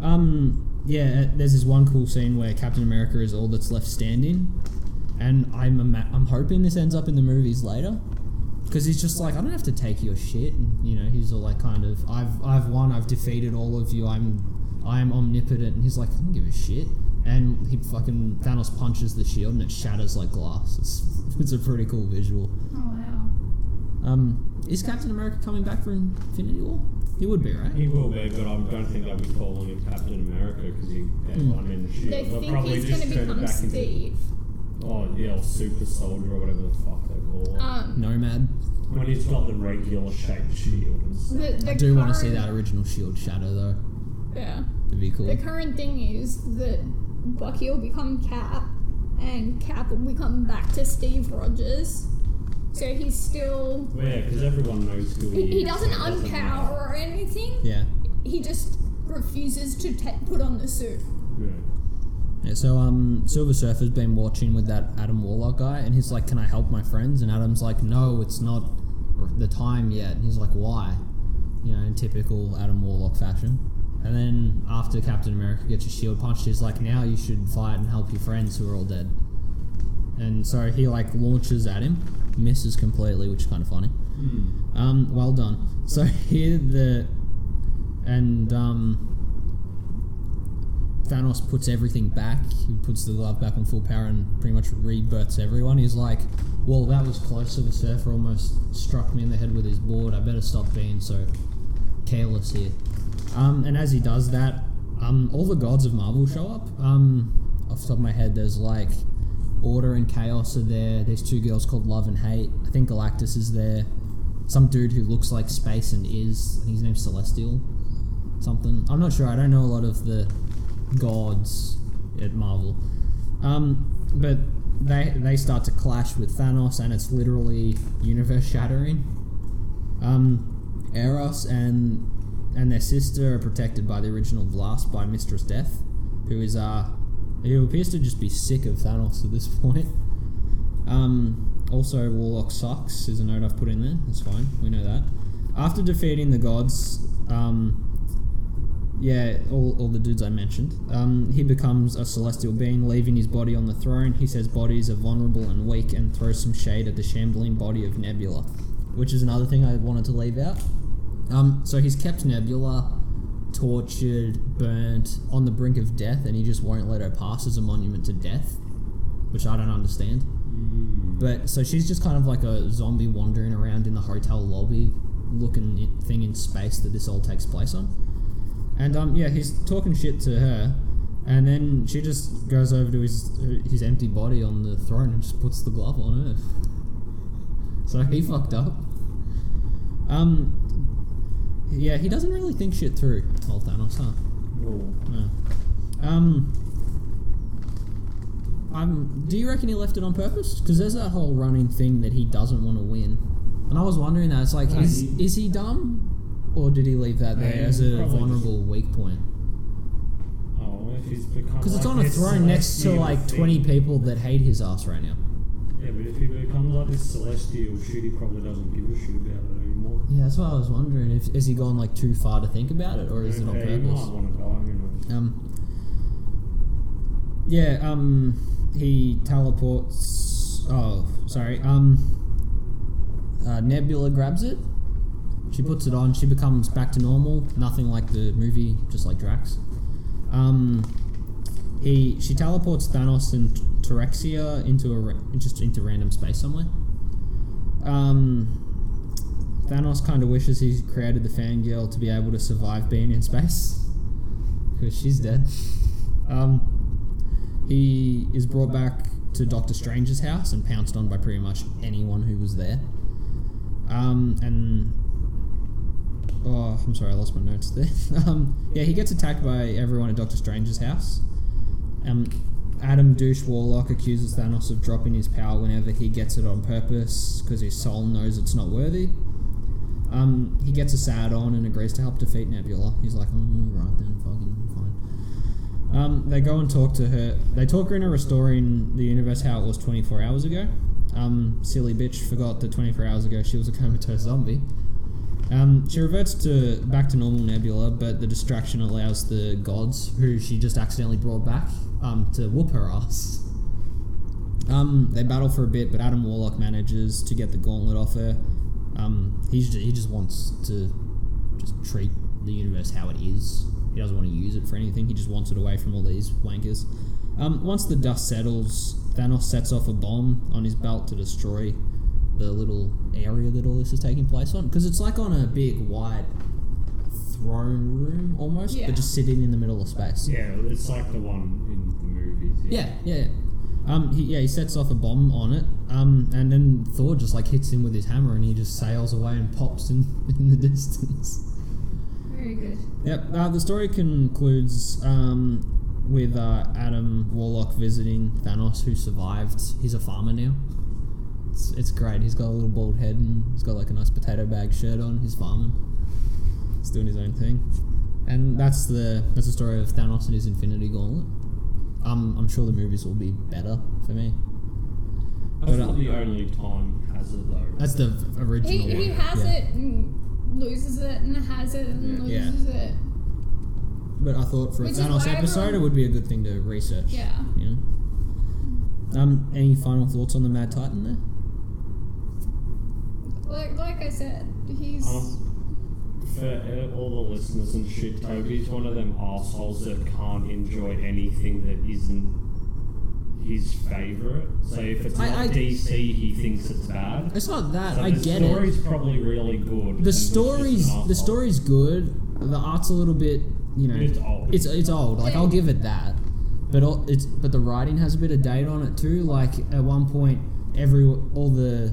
[SPEAKER 2] Um, yeah, there's this one cool scene where Captain America is all that's left standing, and I'm ima- I'm hoping this ends up in the movies later. Because he's just like, I don't have to take your shit, and you know, he's all like, kind of, I've, I've won, I've defeated all of you, I'm, I'm omnipotent, and he's like, I don't give a shit, and he fucking Thanos punches the shield and it shatters like glass. It's, it's a pretty cool visual.
[SPEAKER 5] Oh wow.
[SPEAKER 2] Um, is Captain America coming back for Infinity War? He would be, right?
[SPEAKER 4] He will be, but I don't think they'll be calling him Captain America because he had
[SPEAKER 2] Hmm.
[SPEAKER 4] one in the shield.
[SPEAKER 3] They
[SPEAKER 4] They'll
[SPEAKER 3] think
[SPEAKER 4] probably
[SPEAKER 3] he's
[SPEAKER 4] just
[SPEAKER 3] going to
[SPEAKER 4] turn it
[SPEAKER 3] become
[SPEAKER 4] back into-
[SPEAKER 3] Steve.
[SPEAKER 4] Oh, yeah, or Super Soldier or whatever the fuck they call it.
[SPEAKER 3] Um,
[SPEAKER 2] Nomad.
[SPEAKER 4] when he's got the regular shaped shield and stuff.
[SPEAKER 3] the, the
[SPEAKER 2] I do want to see that
[SPEAKER 3] current-
[SPEAKER 2] original shield shatter though.
[SPEAKER 3] Yeah.
[SPEAKER 2] It'd be cool.
[SPEAKER 3] The current thing is that Bucky will become Cap, and Cap will become back to Steve Rogers. So he's still.
[SPEAKER 4] Well, yeah, because everyone knows who he
[SPEAKER 3] He,
[SPEAKER 4] is.
[SPEAKER 3] he doesn't
[SPEAKER 4] so it matter.
[SPEAKER 3] unpower or anything.
[SPEAKER 2] Yeah.
[SPEAKER 3] He just refuses to ta put on the suit.
[SPEAKER 4] Yeah.
[SPEAKER 2] Yeah, so um, Silver Surfer's been watching with that Adam Warlock guy, and he's like, "Can I help my friends?" And Adam's like, "No, it's not the time yet." And he's like, "Why?" You know, in typical Adam Warlock fashion. And then after Captain America gets his shield punched, he's like, "Now you should fight and help your friends who are all dead." And so he like launches at him, misses completely, which is kind of funny. Um, well done. So here the and um, Thanos puts everything back. He puts the glove back on full power and pretty much rebirths everyone. He's like, "Well, that was close. So the surfer almost struck me in the head with his board. I better stop being so careless here." Um, and as he does that, um, all the gods of Marvel show up. Um, off the top of my head, there's like Order and Chaos are there. There's two girls called Love and Hate. I think Galactus is there. Some dude who looks like space and is. I think his name's Celestial. Something. I'm not sure. I don't know a lot of the gods at Marvel. Um, but they they start to clash with Thanos, and it's literally universe shattering. Um, Eros and and their sister are protected by the original blast by Mistress Death, who is uh who appears to just be sick of Thanos at this point. Um, also, Warlock sucks is a note I've put in there. That's fine. We know that. After defeating the gods, um, yeah, all, all the dudes I mentioned. Um, he becomes a celestial being, leaving his body on the throne. He says bodies are vulnerable and weak and throws some shade at the shambling body of Nebula, which is another thing I wanted to leave out. Um, so he's kept Nebula tortured, burnt, on the brink of death, and he just won't let her pass as a monument to death, which I don't understand.
[SPEAKER 4] Mm.
[SPEAKER 2] But so she's just kind of like a zombie wandering around in the hotel lobby looking thing in space that this all takes place on. And um, yeah, he's talking shit to her, and then she just goes over to his his empty body on the throne and just puts the glove on Earth. So he fucked up. Um, yeah, he doesn't really think shit through, old Thanos, huh? No. Um. Um, do you reckon he left it on purpose? Because there's that whole running thing that he doesn't want to win, and I was wondering that. It's like,
[SPEAKER 4] No,
[SPEAKER 2] is
[SPEAKER 4] he-
[SPEAKER 2] is he dumb, or did he leave that
[SPEAKER 4] No,
[SPEAKER 2] there
[SPEAKER 4] he
[SPEAKER 2] as a
[SPEAKER 4] probably
[SPEAKER 2] vulnerable weak point?
[SPEAKER 4] Oh, if he's become.
[SPEAKER 2] Because it's
[SPEAKER 4] like
[SPEAKER 2] on a
[SPEAKER 4] this
[SPEAKER 2] throne next to
[SPEAKER 4] celestial
[SPEAKER 2] like
[SPEAKER 4] thing-
[SPEAKER 2] 20 people that hate his ass right now.
[SPEAKER 4] Yeah, but if he becomes like this celestial shit, he probably doesn't give a shit about it anymore.
[SPEAKER 2] Yeah, that's what I was wondering. If has he gone like too far to think about it, or is it on
[SPEAKER 4] Okay, he
[SPEAKER 2] purpose?
[SPEAKER 4] might want to die, who knows?
[SPEAKER 2] Um. Yeah. Um. He teleports. Oh, sorry. Um. Uh, Nebula grabs it. She puts it on. She becomes back to normal. Nothing like the movie, just like Drax. Um. He she teleports Thanos and Terexia into a ra- just into random space somewhere. Um. Thanos kind of wishes he created the fangirl to be able to survive being in space because she's dead. Um, he is brought back to Doctor Strange's house and pounced on by pretty much anyone who was there. Um, and oh, I'm sorry, I lost my notes there. um, yeah, he gets attacked by everyone at Doctor Strange's house. Um, Adam Douche Warlock accuses Thanos of dropping his power whenever he gets it on purpose because his soul knows it's not worthy. Um, he gets a sad on and agrees to help defeat Nebula. He's like, "Mm, all right then, fucking fine. Um, they go and talk to her. They talk her into restoring the universe how it was 24 hours ago. Um, silly bitch forgot that 24 hours ago she was a comatose zombie. Um, she reverts to back to normal Nebula, but the distraction allows the gods, who she just accidentally brought back, um, to whoop her ass. Um, they battle for a bit, but Adam Warlock manages to get the gauntlet off her. Um, he's ju- he just wants to just treat the universe how it is. He doesn't want to use it for anything. He just wants it away from all these wankers. Um, once the dust settles, Thanos sets off a bomb on his belt to destroy the little area that all this is taking place on. Because it's like on a big wide throne room almost,
[SPEAKER 3] Yeah.
[SPEAKER 2] but just sitting in the middle of space.
[SPEAKER 4] Yeah, it's like the one in the movies.
[SPEAKER 2] Yeah, yeah. yeah. Um, he, yeah, he sets off a bomb on it, um, and then Thor just like hits him with his hammer, and he just sails away and pops in, in the distance.
[SPEAKER 5] Very good.
[SPEAKER 2] Yep. Uh, the story concludes um, with uh, Adam Warlock visiting Thanos, who survived. He's a farmer now. It's, it's great. He's got a little bald head and he's got like a nice potato bag shirt on. He's farming. He's doing his own thing, and that's the that's the story of Thanos and his Infinity Gauntlet. Um, I'm sure the movies will be better for me.
[SPEAKER 4] That's
[SPEAKER 2] But, uh,
[SPEAKER 4] not the only time he has it though.
[SPEAKER 2] That's the v- original.
[SPEAKER 3] He, he
[SPEAKER 2] one.
[SPEAKER 3] has
[SPEAKER 2] Yeah.
[SPEAKER 3] it and loses it and has it and
[SPEAKER 2] Yeah.
[SPEAKER 3] loses it.
[SPEAKER 2] But I thought for a
[SPEAKER 3] Which is
[SPEAKER 2] Thanos
[SPEAKER 3] why
[SPEAKER 2] episode,
[SPEAKER 3] everyone-
[SPEAKER 2] it would be a good thing to research.
[SPEAKER 3] Yeah.
[SPEAKER 2] Yeah. Um, any final thoughts on the Mad Titan there?
[SPEAKER 3] Like like I said, he's
[SPEAKER 4] Um, for all the listeners and shit, Toby's one of them assholes that can't enjoy anything that isn't his favorite. So if it's
[SPEAKER 2] I-
[SPEAKER 4] not
[SPEAKER 2] I-
[SPEAKER 4] DC, he thinks it's bad.
[SPEAKER 2] It's not that.
[SPEAKER 4] So
[SPEAKER 2] I
[SPEAKER 4] the
[SPEAKER 2] get it.
[SPEAKER 4] story's probably really good. and
[SPEAKER 2] The
[SPEAKER 4] it's just
[SPEAKER 2] story's
[SPEAKER 4] an
[SPEAKER 2] the
[SPEAKER 4] asshole.
[SPEAKER 2] story's good. The art's a little bit, you know,
[SPEAKER 4] It's old.
[SPEAKER 2] It's it's old. Like I'll give it that, but all, it's but the writing has a bit of date on it too. Like at one point, every all the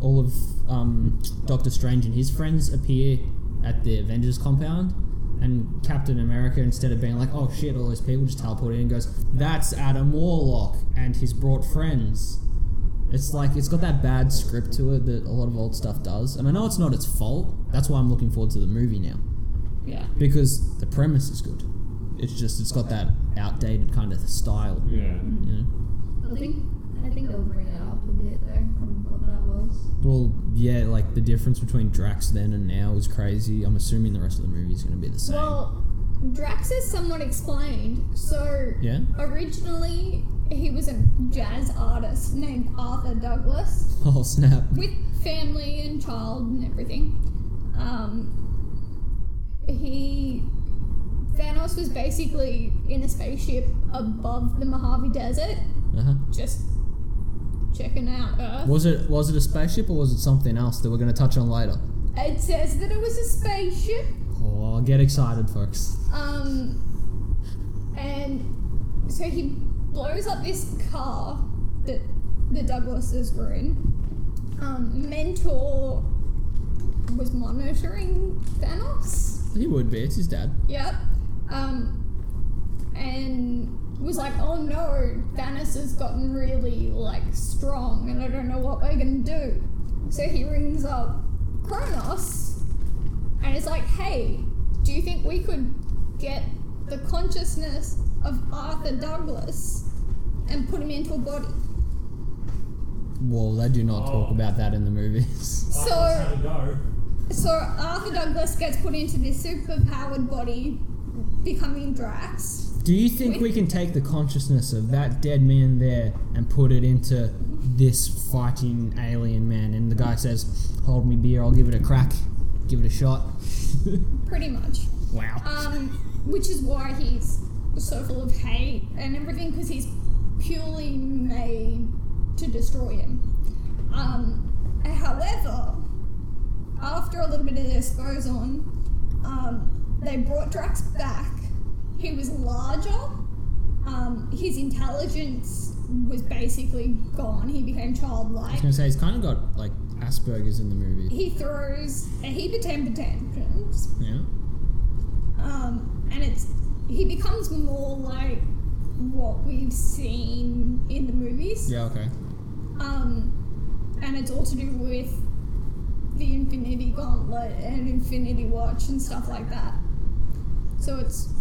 [SPEAKER 2] all of um, Doctor Strange and his friends appear at the Avengers compound, and Captain America instead of being like, "Oh shit, all those people," just teleport in and goes, "That's Adam Warlock and his brought friends." It's like it's got that bad script to it that a lot of old stuff does, and I know it's not its fault. That's why I'm looking forward to the movie now
[SPEAKER 5] Yeah.
[SPEAKER 2] because the premise is good. It's just it's got that outdated kind of style.
[SPEAKER 4] Yeah.
[SPEAKER 2] You know?
[SPEAKER 5] I think I think they'll bring it up a bit though from what that was.
[SPEAKER 2] Well, yeah, like the difference between Drax then and now is crazy. I'm assuming the rest of the movie is going to be the same.
[SPEAKER 3] Well, Drax is somewhat explained. So
[SPEAKER 2] yeah.
[SPEAKER 3] originally he was a jazz artist named Arthur Douglas.
[SPEAKER 2] Oh snap!
[SPEAKER 3] with family and child and everything. Um, he Thanos was basically in a spaceship above the Mojave Desert,
[SPEAKER 2] Uh-huh.
[SPEAKER 3] just checking out Earth.
[SPEAKER 2] Was it was it a spaceship or was it something else that we're going to touch on later?
[SPEAKER 3] It says that it was a spaceship.
[SPEAKER 2] Oh, get excited, folks!
[SPEAKER 3] Um, and so he blows up this car that the Douglases were in. Um, Mentor was monitoring Thanos.
[SPEAKER 2] He would be. It's his dad.
[SPEAKER 3] Yep. Um, and was like, oh no, Thanos has gotten really like strong, and I don't know what we're gonna do. So he rings up Kronos, and is like, hey, do you think we could get the consciousness of Arthur Douglas and put him into a body?
[SPEAKER 2] Well, they do not talk
[SPEAKER 4] Oh.
[SPEAKER 2] about that in the movies.
[SPEAKER 3] So-
[SPEAKER 4] That's how to go.
[SPEAKER 3] So Arthur Douglas gets put into this superpowered body, becoming Drax.
[SPEAKER 2] Do you think we can take the consciousness of that dead man there and put it into this fighting alien man? And the guy says, "Hold me beer, I'll give it a crack, give it a shot."
[SPEAKER 3] Pretty much.
[SPEAKER 2] wow.
[SPEAKER 3] Um, which is why he's so full of hate and everything because he's purely made to destroy him. Um, however, after a little bit of this goes on, um, they brought Drax back. He was larger. Um, his intelligence was basically gone. He became
[SPEAKER 2] I was
[SPEAKER 3] childlike.
[SPEAKER 2] gonna say he's kind of got like Asperger's in the movie.
[SPEAKER 3] He throws a heap of temper tantrums.
[SPEAKER 2] Yeah.
[SPEAKER 3] um, and it's he becomes more like what we've seen in the movies.
[SPEAKER 2] Yeah. Okay.
[SPEAKER 3] Um, and it's all to do with the Infinity Gauntlet and Infinity Watch and stuff like that. So it's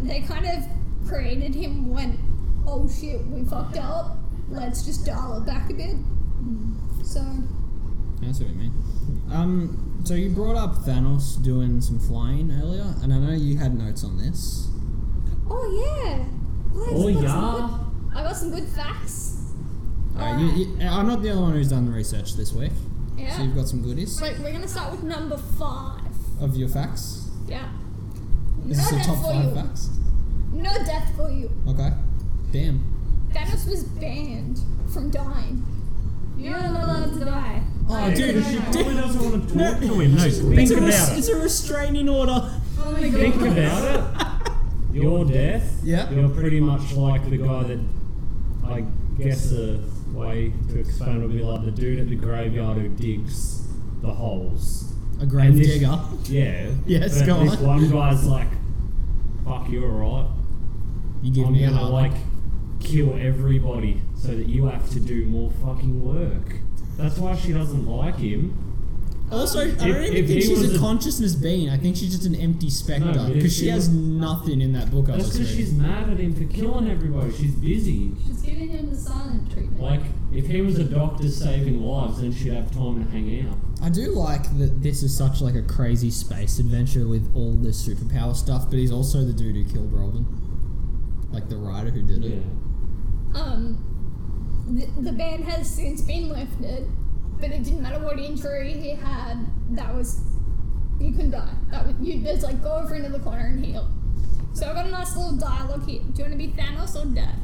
[SPEAKER 3] they kind of created him when oh shit we fucked up. Let's just dial it back a bit. So
[SPEAKER 2] That's what I mean. Um. So you brought up Thanos doing some flying earlier, and I know you had notes on this.
[SPEAKER 3] oh yeah. Well, I've
[SPEAKER 4] Oh,
[SPEAKER 3] got some
[SPEAKER 4] yeah.
[SPEAKER 3] good- I got some good facts.
[SPEAKER 2] Alright. Uh, You, you, I'm not the only one who's done the research this week,
[SPEAKER 3] Yeah.
[SPEAKER 2] so you've got some goodies
[SPEAKER 3] Wait, we're gonna start with number five.
[SPEAKER 2] of your facts.
[SPEAKER 3] Yeah.
[SPEAKER 2] Is this
[SPEAKER 3] no
[SPEAKER 2] the
[SPEAKER 3] death
[SPEAKER 2] top
[SPEAKER 3] for
[SPEAKER 2] five
[SPEAKER 3] you.
[SPEAKER 2] facts?
[SPEAKER 3] No death for you.
[SPEAKER 2] Okay. Damn.
[SPEAKER 3] Thanos was banned from dying. You're not allowed to die.
[SPEAKER 2] Oh, dude,
[SPEAKER 4] She
[SPEAKER 2] dude,
[SPEAKER 4] probably doesn't want to talk to him. No, think
[SPEAKER 2] it's, a res-
[SPEAKER 4] about it.
[SPEAKER 2] it's a restraining order.
[SPEAKER 5] Oh my
[SPEAKER 4] Think about it. Your death.
[SPEAKER 2] Yeah.
[SPEAKER 4] You're pretty much like the guy that, I guess, a way to explain would be like the dude at the graveyard who digs the holes.
[SPEAKER 2] A grave
[SPEAKER 4] And this-
[SPEAKER 2] digger.
[SPEAKER 4] Yeah.
[SPEAKER 2] Yes,
[SPEAKER 4] but
[SPEAKER 2] go
[SPEAKER 4] this
[SPEAKER 2] on.
[SPEAKER 4] one guy's like, "Fuck, you're alright.
[SPEAKER 2] You give
[SPEAKER 4] I'm
[SPEAKER 2] me a
[SPEAKER 4] gonna
[SPEAKER 2] hard
[SPEAKER 4] like kill everybody so that you have to do more fucking work." That's why she doesn't like him.
[SPEAKER 2] Also, I don't
[SPEAKER 4] if-
[SPEAKER 2] even
[SPEAKER 4] if
[SPEAKER 2] think
[SPEAKER 4] he
[SPEAKER 2] she's
[SPEAKER 4] was
[SPEAKER 2] a,
[SPEAKER 4] a-
[SPEAKER 2] consciousness being. I think she's just an empty specter
[SPEAKER 4] No, but if
[SPEAKER 2] because she
[SPEAKER 4] she
[SPEAKER 2] has
[SPEAKER 4] was-
[SPEAKER 2] nothing in that book. I
[SPEAKER 4] That's
[SPEAKER 2] was
[SPEAKER 4] because she's
[SPEAKER 2] reading.
[SPEAKER 4] mad at him for killing everybody. She's busy.
[SPEAKER 5] She's giving him the silent treatment.
[SPEAKER 4] Like, if he was a doctor saving lives, then she'd have time to hang out.
[SPEAKER 2] I do like that this is such like a crazy space adventure with all this superpower stuff, but he's also the dude who killed Robin, like the writer who did it.
[SPEAKER 3] Um, the, the ban has since been lifted, but it didn't matter what injury he had. That was You can die. That would, you just like go over into the corner and heal. So I've got a nice little dialogue here. Do you want to be Thanos or Death?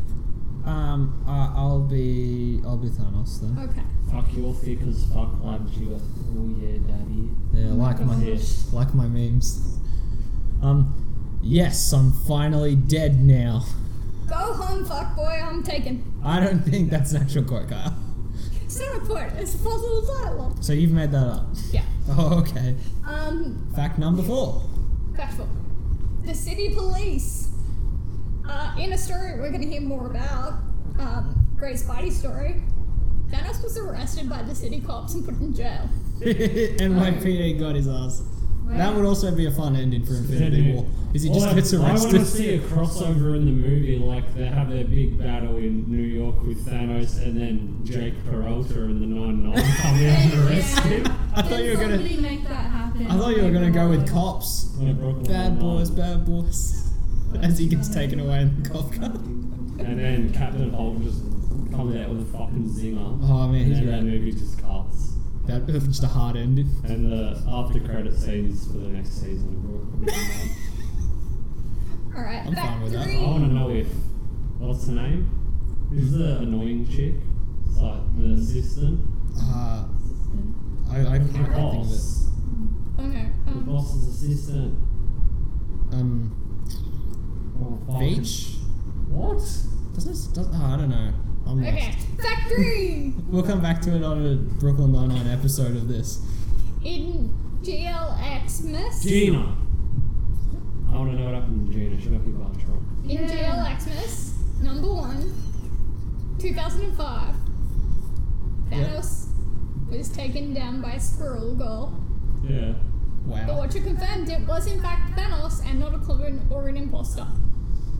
[SPEAKER 2] Um, I, I'll be I'll be Thanos then.
[SPEAKER 3] Okay.
[SPEAKER 4] Fuck, you're thick as fuck, aren't you? Oh yeah, daddy.
[SPEAKER 2] Yeah, like my
[SPEAKER 4] Yes.
[SPEAKER 2] like my memes. Um, yes, I'm finally dead now.
[SPEAKER 3] Go home, fuckboy. I'm taken.
[SPEAKER 2] I don't think that's an actual quote, Kyle.
[SPEAKER 3] It's not a quote. It's a false little dialogue.
[SPEAKER 2] So you've made that up.
[SPEAKER 3] Yeah.
[SPEAKER 2] Oh, okay.
[SPEAKER 3] Um,
[SPEAKER 2] Fact number four.
[SPEAKER 3] Factful. The city police. Uh, in a story we're going to hear more about, um, Grace Body story, Thanos was arrested by the city cops and put in jail.
[SPEAKER 2] NYPD got his ass. That would also be a fun ending for Infinity
[SPEAKER 4] Dude,
[SPEAKER 2] War. Is he just
[SPEAKER 4] I,
[SPEAKER 2] gets
[SPEAKER 4] I want to
[SPEAKER 2] arrested?
[SPEAKER 4] see a crossover in the movie, like they have their big battle in New York with Thanos, and then Jake Peralta and the Nine Nine come in and arrest him.
[SPEAKER 2] I thought
[SPEAKER 5] Did
[SPEAKER 2] you were gonna.
[SPEAKER 5] somebody make that happen?
[SPEAKER 2] I thought you were gonna go with
[SPEAKER 5] Like,
[SPEAKER 2] cops.
[SPEAKER 4] Like Brooklyn
[SPEAKER 2] Bad boys,
[SPEAKER 4] Nine-Nine.
[SPEAKER 2] bad boys. As he gets taken away in the cop car.
[SPEAKER 4] And then Captain Hulk just comes out with a fucking zinger.
[SPEAKER 2] Oh man,
[SPEAKER 4] and
[SPEAKER 2] he's
[SPEAKER 4] then that
[SPEAKER 2] right.
[SPEAKER 4] movie just cuts.
[SPEAKER 2] That was just a hard ending.
[SPEAKER 4] And the after credit scenes for the next season of Brooklyn Nine-Nine.
[SPEAKER 3] Alright,
[SPEAKER 2] I'm fine
[SPEAKER 3] fact
[SPEAKER 2] with that. Oh,
[SPEAKER 3] three.
[SPEAKER 4] I want to know if what's her name? Who's the annoying chick? It's like the assistant.
[SPEAKER 2] Uh, I, I, I can't
[SPEAKER 4] The
[SPEAKER 2] think of it.
[SPEAKER 4] boss.
[SPEAKER 3] Oh no.
[SPEAKER 4] The
[SPEAKER 3] Um,
[SPEAKER 4] boss's assistant.
[SPEAKER 2] Um,
[SPEAKER 4] Oh, fuck.
[SPEAKER 2] Beach?
[SPEAKER 4] What?
[SPEAKER 2] Does this? Does, oh, I don't know. I'm lost.
[SPEAKER 3] okay. Fact three.
[SPEAKER 2] We'll come back to it on a Brooklyn Nine Nine episode of this.
[SPEAKER 3] In GLX Miss.
[SPEAKER 4] Gina. I want to know what happened to Gina. She got hit by a truck.
[SPEAKER 3] in
[SPEAKER 5] Yeah.
[SPEAKER 3] GLX Miss, number one, 2005.
[SPEAKER 2] Yep.
[SPEAKER 3] Thanos was taken down by Squirrel Girl.
[SPEAKER 4] Yeah.
[SPEAKER 3] The
[SPEAKER 2] Wow.
[SPEAKER 3] Watcher confirmed it was in fact Thanos and not a clone or an imposter.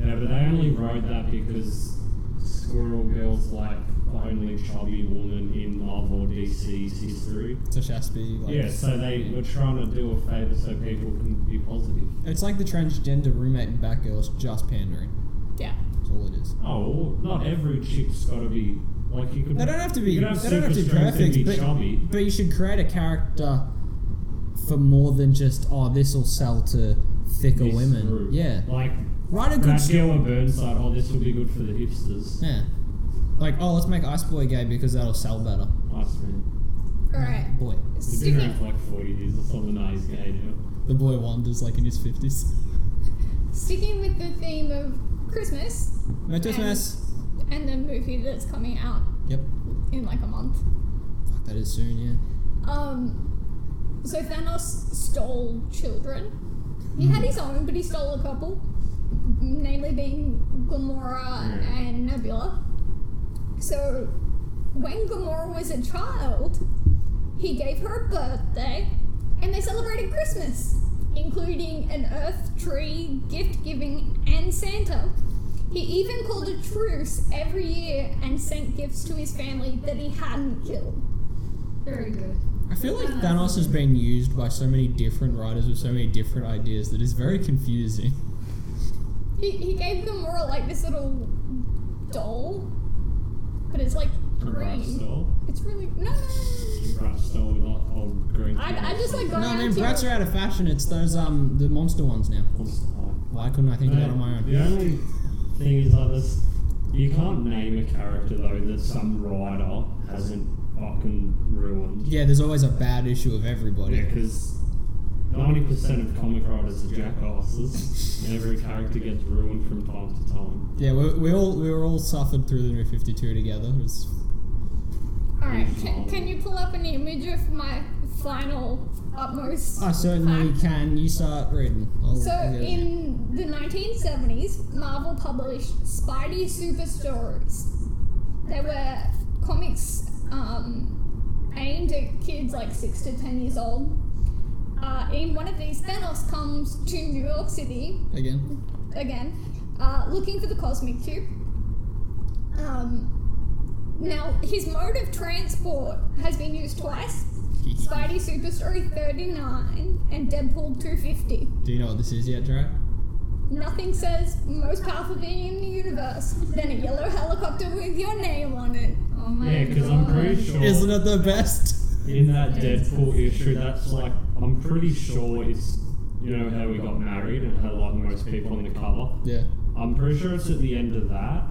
[SPEAKER 4] Yeah, but they only wrote that because Squirrel Girl's like the only chubby woman in Marvel DC's history.
[SPEAKER 2] So Shasby, like,
[SPEAKER 4] Yeah, so they were trying to do a favour so people can be positive.
[SPEAKER 2] It's like the transgender roommate in Batgirl's just pandering.
[SPEAKER 3] Yeah.
[SPEAKER 2] That's all it is.
[SPEAKER 4] Oh, well, not every chick's got to be like you could.
[SPEAKER 2] They don't have to be.
[SPEAKER 4] You could have
[SPEAKER 2] they don't have to be
[SPEAKER 4] super strength and
[SPEAKER 2] perfect,
[SPEAKER 4] be chubby.
[SPEAKER 2] but, but you should create a character for more than just oh, this will sell to thicker
[SPEAKER 4] This
[SPEAKER 2] women.
[SPEAKER 4] group.
[SPEAKER 2] Yeah,
[SPEAKER 4] Like
[SPEAKER 2] write a good.
[SPEAKER 4] that
[SPEAKER 2] s-
[SPEAKER 4] girl at Burnside. Oh, this will be good for the hipsters.
[SPEAKER 2] Yeah, like oh, let's make Ice Boy gay because that'll sell better.
[SPEAKER 4] Nice man.
[SPEAKER 3] Alright.
[SPEAKER 2] Boy,
[SPEAKER 4] He's been
[SPEAKER 3] Sticking,
[SPEAKER 4] around for like forty years or something. Now he's gay now.
[SPEAKER 2] the boy wanders like in his fifties.
[SPEAKER 3] sticking with the theme of Christmas
[SPEAKER 2] No Christmas.
[SPEAKER 3] and the movie that's coming out
[SPEAKER 2] Yep.
[SPEAKER 3] in like a month.
[SPEAKER 2] Fuck, that is soon. Yeah.
[SPEAKER 3] Um, so Thanos stole children. He had his own, but he stole a couple, namely being Gamora
[SPEAKER 4] Yeah.
[SPEAKER 3] and Nebula. So when Gamora was a child, he gave her a birthday, and they celebrated Christmas, including an Earth tree, gift giving, and Santa. He even called a truce every year and sent gifts to his family that he hadn't killed.
[SPEAKER 5] Very good.
[SPEAKER 2] I feel like Thanos has been used by so many different writers with so many different ideas that it's very confusing.
[SPEAKER 3] He, he gave them more like this little doll, but it's like
[SPEAKER 4] A rap
[SPEAKER 3] green.
[SPEAKER 4] store.
[SPEAKER 3] It's really no. no, no, no.
[SPEAKER 4] A Rap store with like old green.
[SPEAKER 3] I- I just like
[SPEAKER 2] No,
[SPEAKER 3] Around
[SPEAKER 2] man,
[SPEAKER 3] here.
[SPEAKER 2] brats are out of fashion. It's those um the monster ones now. Why couldn't I think of that on my
[SPEAKER 4] The
[SPEAKER 2] own?
[SPEAKER 4] only thing is like this. You can't name a character though that some writer hasn't fucking ruined.
[SPEAKER 2] Yeah, there's always a bad issue of
[SPEAKER 4] Yeah,
[SPEAKER 2] everybody.
[SPEAKER 4] because ninety percent of comic writers are jackasses, and every character gets ruined from time to time.
[SPEAKER 2] Yeah, we, we all we were all suffered through the New Fifty Two together. It was,
[SPEAKER 3] All right, can, can you pull up an image of my final utmost?
[SPEAKER 2] I certainly
[SPEAKER 3] fact?
[SPEAKER 2] can. You start reading. I'll,
[SPEAKER 3] So
[SPEAKER 2] I'll get it.
[SPEAKER 3] in the 1970s, Marvel published Spidey Super Stories. They were comics um, aimed at kids like six to ten years old. Uh, in one of these, Thanos comes to New York City
[SPEAKER 2] again.
[SPEAKER 3] again, uh, looking for the cosmic cube. Um, now, his mode of transport has been used twice Spidey Superstory 39 and Deadpool 250.
[SPEAKER 2] Do you know what this is yet, Dre?
[SPEAKER 3] Nothing says most powerful being in the universe than a yellow helicopter with your name on it.
[SPEAKER 5] Oh my
[SPEAKER 4] Yeah, because I'm pretty
[SPEAKER 5] God.
[SPEAKER 4] sure
[SPEAKER 2] Isn't it the best?
[SPEAKER 4] in that Deadpool issue, that's like a I'm pretty sure it's you know how we got married and had like most people on the cover.
[SPEAKER 2] Yeah.
[SPEAKER 4] I'm pretty sure it's at the end of that.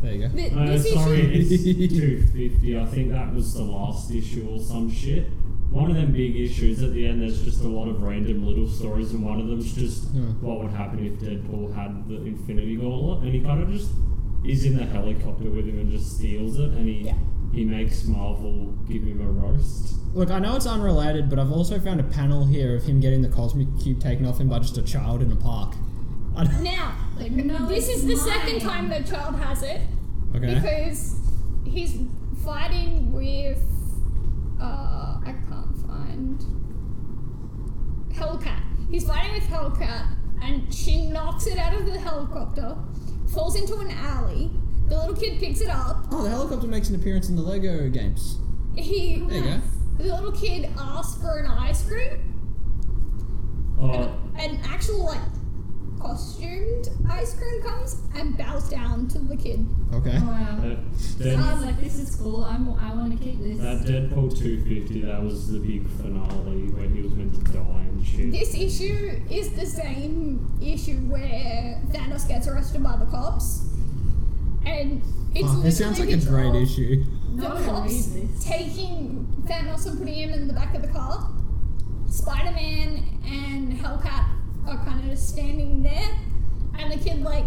[SPEAKER 2] There you go.
[SPEAKER 3] But
[SPEAKER 4] Uh,
[SPEAKER 3] this
[SPEAKER 4] sorry,
[SPEAKER 3] issue,
[SPEAKER 4] it's 250. I think that was the last issue or some shit. One of them big issues at the end, there's just a lot of random little stories, and one of them's just
[SPEAKER 2] Yeah.
[SPEAKER 4] what would happen if Deadpool had the Infinity Gauntlet, and he kind of just is in the helicopter with him and just steals it, and he
[SPEAKER 3] Yeah.
[SPEAKER 4] he makes Marvel give him a roast.
[SPEAKER 2] Look, I know it's unrelated, but I've also found a panel here of him getting the cosmic cube taken off him by just a child in a park. I don't-
[SPEAKER 3] now,
[SPEAKER 5] Like, no,
[SPEAKER 3] this
[SPEAKER 5] it's
[SPEAKER 3] is the
[SPEAKER 5] mine.
[SPEAKER 3] second time the child has it
[SPEAKER 2] okay.
[SPEAKER 3] because he's fighting with. Uh, I can't find. Hellcat. He's fighting with Hellcat, and she knocks it out of the helicopter, falls into an alley. The little kid picks it up.
[SPEAKER 2] Oh, the helicopter makes an appearance in the Lego games.
[SPEAKER 3] He.
[SPEAKER 2] There you go.
[SPEAKER 3] The little kid asks for an ice cream,
[SPEAKER 4] Oh,
[SPEAKER 3] an actual like costumed ice cream comes and bows down to the kid.
[SPEAKER 2] Okay.
[SPEAKER 3] Oh,
[SPEAKER 5] Wow.
[SPEAKER 4] that,
[SPEAKER 5] So I
[SPEAKER 4] Dead-
[SPEAKER 5] was like, this is cool. I'm, I want to keep this.
[SPEAKER 4] that Deadpool 250, that was the big finale when he was meant to die and shit.
[SPEAKER 3] This issue is the same issue where Thanos gets arrested by the cops, and it's
[SPEAKER 2] Fuck, this sounds like
[SPEAKER 3] literally
[SPEAKER 2] a
[SPEAKER 3] a
[SPEAKER 2] great
[SPEAKER 3] picture of
[SPEAKER 2] issue.
[SPEAKER 3] The
[SPEAKER 5] No one
[SPEAKER 3] cops
[SPEAKER 5] reads this.
[SPEAKER 3] taking Thanos and putting him in the back of the car. Spider Man and Hellcat are kind of just standing there, and the kid like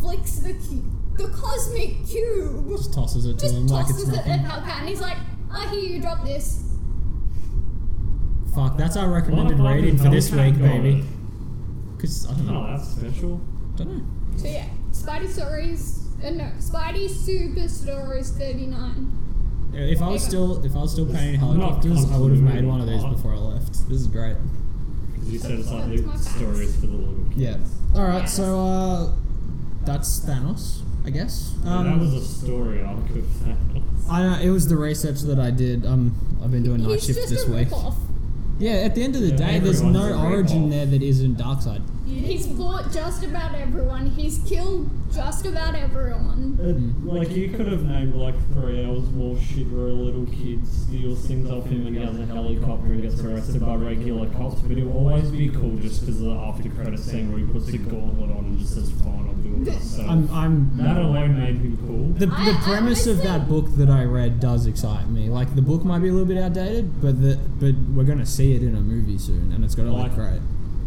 [SPEAKER 3] flicks the cu- the cosmic cube.
[SPEAKER 2] Just tosses it to
[SPEAKER 3] just
[SPEAKER 2] him like it's
[SPEAKER 3] tosses it at
[SPEAKER 2] nothing.
[SPEAKER 3] Hellcat, and he's like, "I hear you drop this."
[SPEAKER 2] Fuck, that's our
[SPEAKER 4] What a
[SPEAKER 2] recommended
[SPEAKER 4] fucking
[SPEAKER 2] rating for this
[SPEAKER 4] Hellcat
[SPEAKER 2] week,
[SPEAKER 4] guy.
[SPEAKER 2] baby. Because I don't
[SPEAKER 4] Oh,
[SPEAKER 2] know.
[SPEAKER 4] that's special.
[SPEAKER 2] don't know.
[SPEAKER 3] So yeah, Spidey stories. Uh, no, Spidey Super Stories thirty nine.
[SPEAKER 2] If I was still if I was still painting
[SPEAKER 4] Not
[SPEAKER 2] helicopters, I would have made
[SPEAKER 4] continuity.
[SPEAKER 2] one of these before I left. This is great.
[SPEAKER 4] Because you said it's like the stories for the little kids.
[SPEAKER 2] Yeah. All right.
[SPEAKER 3] Yes.
[SPEAKER 2] So uh, that's Thanos, I guess. Um,
[SPEAKER 4] Yeah, that was a story arc of Thanos.
[SPEAKER 2] I know it was the research that I did. Um, I've been doing night
[SPEAKER 3] He's
[SPEAKER 2] shift
[SPEAKER 3] just
[SPEAKER 2] this
[SPEAKER 3] a
[SPEAKER 2] week.
[SPEAKER 3] ripoff.
[SPEAKER 2] Yeah. At the end of the
[SPEAKER 4] Yeah,
[SPEAKER 2] day, there's
[SPEAKER 4] everyone's
[SPEAKER 2] no
[SPEAKER 4] a
[SPEAKER 2] origin
[SPEAKER 4] ripoff.
[SPEAKER 2] there that isn't Darkseid.
[SPEAKER 3] He's fought just about everyone. He's killed just about everyone.
[SPEAKER 4] Like, you could have named like three hours more shit where a little kid steals things off him and he has a helicopter and gets arrested by regular cops, but it'll always be cool just because of the after credit scene where he puts the gauntlet on and just says, fine, I'll do it myself.
[SPEAKER 2] I'm. I'm.
[SPEAKER 4] that alone made him cool.
[SPEAKER 2] The,
[SPEAKER 3] I-
[SPEAKER 2] the
[SPEAKER 3] I
[SPEAKER 2] premise of that book that I read does excite me. Like the book might be a little bit outdated, but the but we're gonna see it in a movie soon, and it's gonna look
[SPEAKER 4] Like-
[SPEAKER 2] great.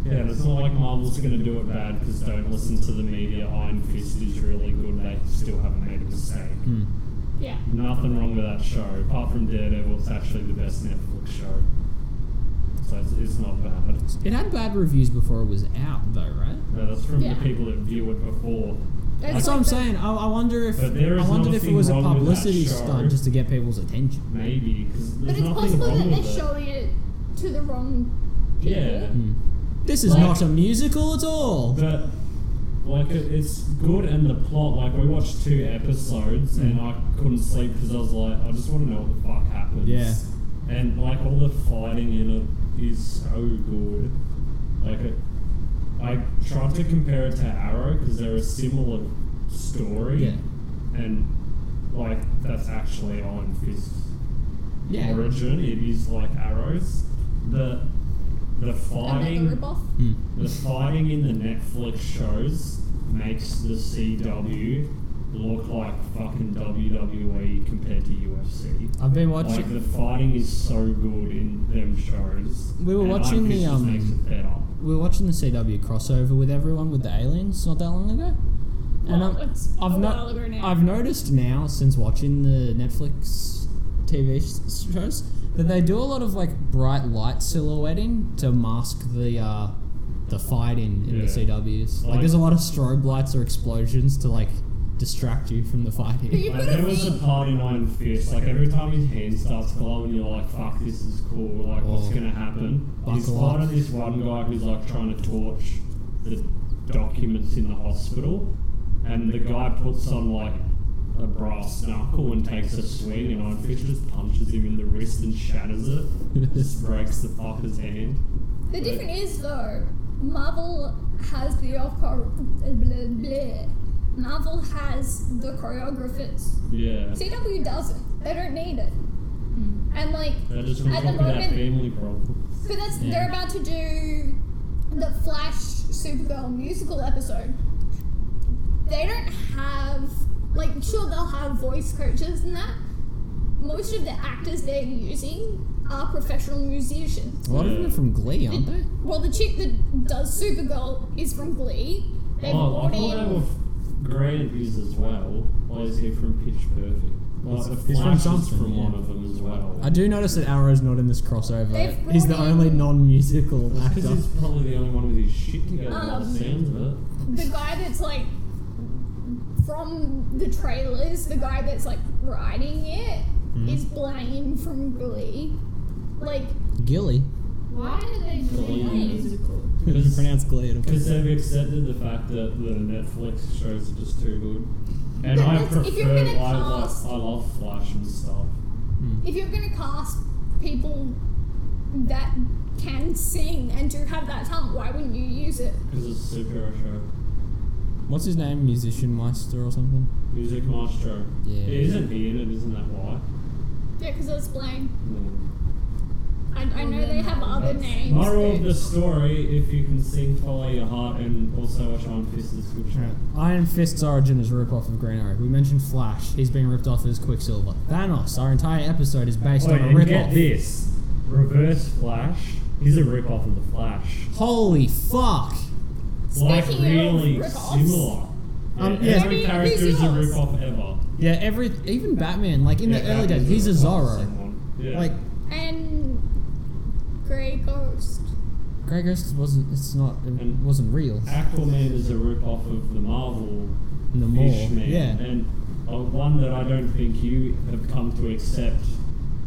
[SPEAKER 4] Yeah, and it's not like Marvel's going to do it bad because don't listen to the media. Iron Fist is really good. They still haven't made a mistake.
[SPEAKER 2] Hmm.
[SPEAKER 3] Yeah.
[SPEAKER 4] Nothing wrong with that show. Apart from Daredevil, it's actually the best Netflix show. So it's, it's not bad.
[SPEAKER 2] It had bad reviews before it was out, though, right?
[SPEAKER 4] No, that's from
[SPEAKER 3] Yeah.
[SPEAKER 4] the people that view it before.
[SPEAKER 2] That's
[SPEAKER 3] like
[SPEAKER 2] what I'm
[SPEAKER 3] the-
[SPEAKER 2] saying. I, I wonder if
[SPEAKER 4] But there
[SPEAKER 2] I
[SPEAKER 4] is
[SPEAKER 2] wondered if it
[SPEAKER 4] nothing
[SPEAKER 2] was a
[SPEAKER 4] wrong with that
[SPEAKER 2] publicity
[SPEAKER 4] show.
[SPEAKER 2] stunt just to get people's attention.
[SPEAKER 4] Maybe, because
[SPEAKER 3] But
[SPEAKER 4] there's
[SPEAKER 3] it's
[SPEAKER 4] nothing
[SPEAKER 3] possible
[SPEAKER 4] wrong
[SPEAKER 3] that
[SPEAKER 4] with
[SPEAKER 3] they're
[SPEAKER 4] it.
[SPEAKER 3] showing it to the wrong.
[SPEAKER 4] Yeah.
[SPEAKER 2] Hmm. This is
[SPEAKER 4] Like-
[SPEAKER 2] not a musical at all.
[SPEAKER 4] But, like, it, it's good in the plot. Like, we watched two episodes and I couldn't sleep because I was like, I just want to know what the fuck happens.
[SPEAKER 2] Yeah.
[SPEAKER 4] And, like, all the fighting in it is so good. Like, it, I tried to compare it to Arrow because they're a similar story.
[SPEAKER 2] Yeah.
[SPEAKER 4] And, like, that's actually Iron Fist.
[SPEAKER 2] yeah.
[SPEAKER 4] origin. It is like arrows. The the
[SPEAKER 3] Another
[SPEAKER 4] fighting
[SPEAKER 3] ripoff.
[SPEAKER 2] Hmm.
[SPEAKER 4] the fighting in the Netflix shows makes the CW look like fucking WWE compared to UFC.
[SPEAKER 2] I've been
[SPEAKER 4] Like the
[SPEAKER 2] watching.
[SPEAKER 4] fighting is so good in them shows.
[SPEAKER 2] We were
[SPEAKER 4] and I
[SPEAKER 2] watching
[SPEAKER 4] think
[SPEAKER 2] the,
[SPEAKER 4] it just
[SPEAKER 2] um,
[SPEAKER 4] makes it better.
[SPEAKER 2] We were watching the CW crossover with everyone with the aliens not that long ago, and
[SPEAKER 3] Well,
[SPEAKER 2] I'm,
[SPEAKER 3] it's
[SPEAKER 2] I've
[SPEAKER 3] a
[SPEAKER 2] no-
[SPEAKER 3] while ago now.
[SPEAKER 2] I've noticed now since watching the Netflix TV s- shows that they do a lot of like bright light silhouetting to mask the uh, the fighting in
[SPEAKER 4] Yeah.
[SPEAKER 2] the CWs. Like,
[SPEAKER 4] Like-
[SPEAKER 2] there's a lot of strobe lights or explosions to like distract you from the
[SPEAKER 3] But
[SPEAKER 2] fighting.
[SPEAKER 3] you-
[SPEAKER 4] Like, there was a part in Iron Fist, like every time his hand starts glowing, you're like, fuck, this is cool, like, what's
[SPEAKER 2] Oh.
[SPEAKER 4] gonna happen? He's
[SPEAKER 2] Buckle up.
[SPEAKER 4] part of this one guy who's like trying to torch the documents in the hospital, and the guy puts on like a brass knuckle and takes a swing, and Iron Fist just punches him in the wrist and shatters it, just breaks the fucker's hand.
[SPEAKER 3] The difference is though, Marvel has the chore- bleh, bleh. Marvel has the choreographers.
[SPEAKER 4] Yeah.
[SPEAKER 3] CW doesn't. They don't need it. And like,
[SPEAKER 4] I just want to
[SPEAKER 3] At the
[SPEAKER 4] talk about
[SPEAKER 3] moment-
[SPEAKER 4] family problem.
[SPEAKER 3] but that's
[SPEAKER 2] Yeah.
[SPEAKER 3] they're about to do the Flash Supergirl musical episode. They don't have like sure they'll have voice coaches and that. Most of the actors they're using are professional musicians.
[SPEAKER 2] A lot of them are from Glee, aren't they?
[SPEAKER 3] Well, the chick that does Supergirl is from Glee. They've
[SPEAKER 4] oh, I thought
[SPEAKER 3] brought
[SPEAKER 4] they
[SPEAKER 3] in.
[SPEAKER 4] were f- Grant is as well. Why is he from Pitch Perfect? Like,
[SPEAKER 2] He's-
[SPEAKER 4] the
[SPEAKER 2] he's from
[SPEAKER 4] Flash is
[SPEAKER 2] something,
[SPEAKER 4] from
[SPEAKER 2] yeah.
[SPEAKER 4] one of them as well.
[SPEAKER 2] I do notice that Arrow's not in this
[SPEAKER 3] They've
[SPEAKER 2] crossover.
[SPEAKER 3] brought
[SPEAKER 2] He's the
[SPEAKER 3] in-
[SPEAKER 2] only non-musical
[SPEAKER 4] Because
[SPEAKER 2] actor.
[SPEAKER 4] he's probably the only one with his shit together. by the
[SPEAKER 3] Um,
[SPEAKER 4] sounds of it.
[SPEAKER 3] the guy that's like from the trailers, the guy that's like riding it
[SPEAKER 4] Hmm.
[SPEAKER 3] is Blaine from Glee. Like,
[SPEAKER 2] Gilly.
[SPEAKER 5] Why did they do
[SPEAKER 4] Glee.
[SPEAKER 5] a musical?
[SPEAKER 2] If you pronounce Glee, it'll
[SPEAKER 4] Because they've accepted the fact that the Netflix shows are just too good. And
[SPEAKER 3] But
[SPEAKER 4] I
[SPEAKER 3] that's-
[SPEAKER 4] prefer,
[SPEAKER 3] if you're gonna
[SPEAKER 4] I,
[SPEAKER 3] cast-
[SPEAKER 4] like, I love Flash and stuff.
[SPEAKER 3] if you're gonna cast people that can sing and do have that talent, why wouldn't you use it?
[SPEAKER 4] Because it's a superhero show.
[SPEAKER 2] What's his name? Musician Meister or something?
[SPEAKER 4] Music Maestro.
[SPEAKER 2] Yeah.
[SPEAKER 4] It isn't he in it, isn't that why?
[SPEAKER 3] Yeah, because it's Blaine.
[SPEAKER 4] No.
[SPEAKER 3] I, I know they have other
[SPEAKER 4] That's-
[SPEAKER 3] names.
[SPEAKER 4] Moral of
[SPEAKER 3] but-
[SPEAKER 4] the story, if you can sing Follow Your Heart and also watch Iron Fist, it's a good show.
[SPEAKER 2] Iron Fist's origin is a rip-off of Green Arrow. We mentioned Flash. He's being ripped off as Quicksilver. Thanos, our entire episode is based
[SPEAKER 4] Oh,
[SPEAKER 2] on a
[SPEAKER 4] and
[SPEAKER 2] rip-off.
[SPEAKER 4] get this. Reverse Flash is a rip-off of The Flash.
[SPEAKER 2] Holy fuck!
[SPEAKER 4] Like,
[SPEAKER 3] Speaking of
[SPEAKER 4] really
[SPEAKER 3] rip-offs.
[SPEAKER 4] similar.
[SPEAKER 2] Um,
[SPEAKER 4] Yeah,
[SPEAKER 2] yeah.
[SPEAKER 4] Every
[SPEAKER 3] Who's
[SPEAKER 4] character is a
[SPEAKER 3] yours?
[SPEAKER 4] rip-off ever.
[SPEAKER 2] Yeah, every even Batman, like in the
[SPEAKER 4] Yeah,
[SPEAKER 2] early
[SPEAKER 4] that
[SPEAKER 2] days,
[SPEAKER 4] is
[SPEAKER 2] he's a
[SPEAKER 4] rip-off of
[SPEAKER 2] Zorro.
[SPEAKER 4] someone. Yeah.
[SPEAKER 2] Like
[SPEAKER 3] And Grey Ghost.
[SPEAKER 2] Grey Ghost wasn't. It's not. It
[SPEAKER 4] And- Ah.
[SPEAKER 2] wasn't real.
[SPEAKER 4] Aquaman is a rip-off of the Marvel
[SPEAKER 2] No more.
[SPEAKER 4] Fish Man,
[SPEAKER 2] Yeah.
[SPEAKER 4] and uh, one that I don't think you have come to accept.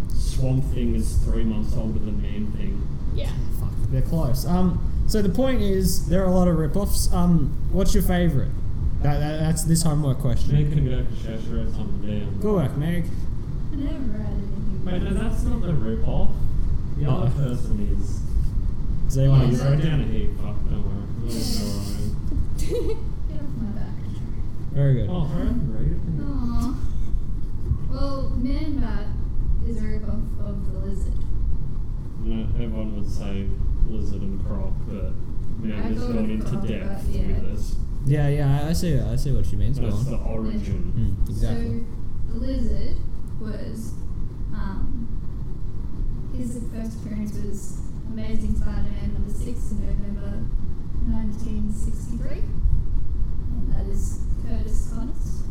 [SPEAKER 4] Swamp Thing is three months older than Man Thing.
[SPEAKER 3] Yeah.
[SPEAKER 2] Fuck, they're close. Um, so the point is, there are a lot of rip-offs. Um, what's your favorite? That, that, that's this homework question.
[SPEAKER 4] Man can go to Cheshire wrote something down.
[SPEAKER 2] Good work, Meg.
[SPEAKER 5] I never read anything.
[SPEAKER 4] Wait, no, that's not the rip-off. The
[SPEAKER 2] No.
[SPEAKER 4] other person is.
[SPEAKER 2] Does anyone?
[SPEAKER 4] Oh, you
[SPEAKER 2] else-
[SPEAKER 4] wrote down a heap. Fuck, don't worry. Don't
[SPEAKER 5] Get off my back.
[SPEAKER 2] Very good.
[SPEAKER 4] worry. Oh, I read it.
[SPEAKER 5] Aww. Well, Man Bat is a ripoff of the lizard.
[SPEAKER 4] No, everyone would say Lizard and Croc, but man
[SPEAKER 5] I
[SPEAKER 4] has
[SPEAKER 5] thought
[SPEAKER 4] gone
[SPEAKER 5] of
[SPEAKER 4] into
[SPEAKER 5] Croc,
[SPEAKER 4] depth
[SPEAKER 5] but yeah.
[SPEAKER 4] with this.
[SPEAKER 2] Yeah, yeah. I, I see. I see what she means. Go
[SPEAKER 4] That's the
[SPEAKER 2] on.
[SPEAKER 4] origin.
[SPEAKER 2] Mm, exactly.
[SPEAKER 5] So the lizard was um, his first appearance was Amazing Spider-Man number six in November 1963, and that is Curtis Connors.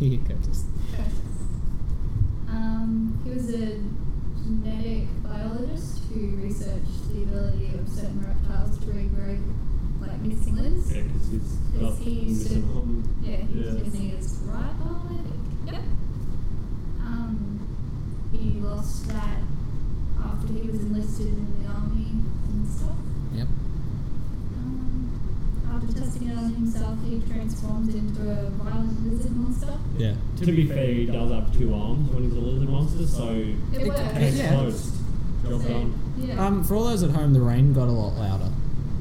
[SPEAKER 2] Here Curtis.
[SPEAKER 5] Curtis. Um, he was a genetic biologist who researched the ability of certain reptiles to regrow like missing limbs.
[SPEAKER 4] Yeah, because he's
[SPEAKER 5] Because
[SPEAKER 4] got
[SPEAKER 5] he used to-
[SPEAKER 4] missing one.
[SPEAKER 5] Yeah, he's
[SPEAKER 4] Yeah.
[SPEAKER 5] missing his right arm, I think. Yep. Um, he lost that after he was enlisted in the army and stuff.
[SPEAKER 2] Yep.
[SPEAKER 5] Um, after testing it on himself, he transformed into a violent lizard monster.
[SPEAKER 2] Yeah.
[SPEAKER 4] To be fair, he does have two arms when he's a lizard monster, so
[SPEAKER 5] It
[SPEAKER 2] It-
[SPEAKER 5] worked.
[SPEAKER 4] case
[SPEAKER 2] yeah.
[SPEAKER 4] closed. Job
[SPEAKER 5] So,
[SPEAKER 4] done.
[SPEAKER 5] yeah.
[SPEAKER 2] Um, for all those at home, the rain got a lot louder.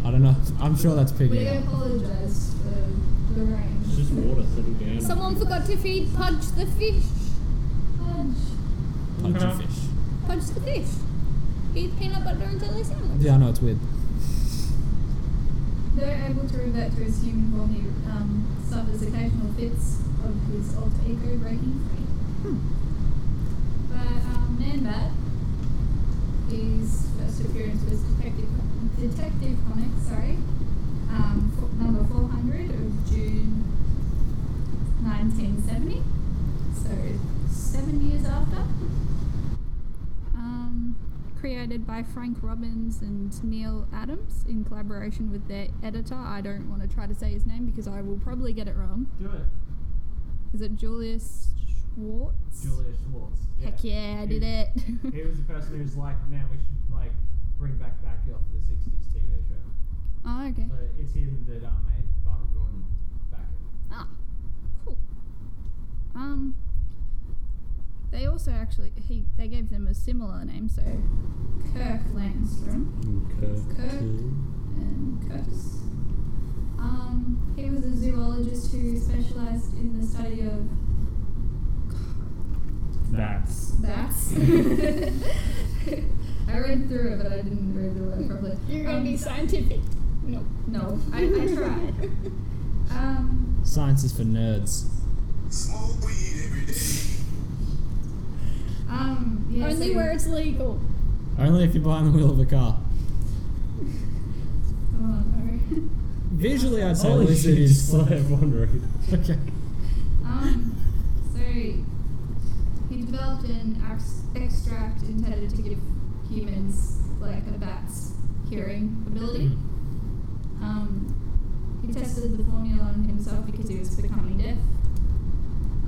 [SPEAKER 2] I don't know. I'm sure that's
[SPEAKER 5] we
[SPEAKER 2] picking up.
[SPEAKER 5] apologise for the
[SPEAKER 4] It's
[SPEAKER 5] range.
[SPEAKER 4] just water sitting down.
[SPEAKER 3] Someone forgot to feed Pudge the fish.
[SPEAKER 5] Fudge.
[SPEAKER 2] Punch
[SPEAKER 6] Uh-huh.
[SPEAKER 2] and
[SPEAKER 4] Okay.
[SPEAKER 2] fish.
[SPEAKER 3] Pudge the fish. Eat peanut butter and jelly sandwich.
[SPEAKER 2] Yeah, I know it's weird.
[SPEAKER 5] Though able to revert to his human form, he um, suffers occasional fits of his alter ego breaking free. But um, Man Bat, his first appearance was Detective, Detective Comics, sorry, um, fo- number 400 of June 1970. So, seven years after. Um, created by Frank Robbins and Neil Adams in collaboration with their editor. I don't want to try to say his name because I will probably get it wrong.
[SPEAKER 4] Do it.
[SPEAKER 5] Is it Julius Schwartz?
[SPEAKER 6] Julia Schwartz.
[SPEAKER 5] Heck yeah, I did it.
[SPEAKER 6] He was the person who was like, man, we should like bring back Batgirl for the '60s TV show.
[SPEAKER 5] oh, okay.
[SPEAKER 6] So it's him that um, made Barbara Gordon Batgirl.
[SPEAKER 5] Ah, cool. Um, they also actually he they gave them a similar name, so Kirk Langstrom.
[SPEAKER 4] Okay.
[SPEAKER 5] and Curtis. Um, he was a zoologist who specialised in the study of
[SPEAKER 4] That's.
[SPEAKER 5] That's. I read through it, but I didn't read the word properly.
[SPEAKER 3] You're gonna
[SPEAKER 5] Um,
[SPEAKER 3] be scientific. Nope.
[SPEAKER 5] No, I, I tried. Um,
[SPEAKER 7] Science is for nerds.
[SPEAKER 8] Smoke weed every day.
[SPEAKER 5] um, yeah,
[SPEAKER 3] Only
[SPEAKER 5] so-
[SPEAKER 3] where it's legal.
[SPEAKER 7] Only if you're behind the wheel of a car.
[SPEAKER 5] Oh, no.
[SPEAKER 7] Visually, I'd say
[SPEAKER 4] Holy
[SPEAKER 7] lucid
[SPEAKER 4] shit,
[SPEAKER 7] is
[SPEAKER 4] just let everyone read.
[SPEAKER 7] okay.
[SPEAKER 5] Um, so he developed an abs- extract intended to give humans like a bat's hearing ability. Um, he tested the formula on himself because he was becoming deaf.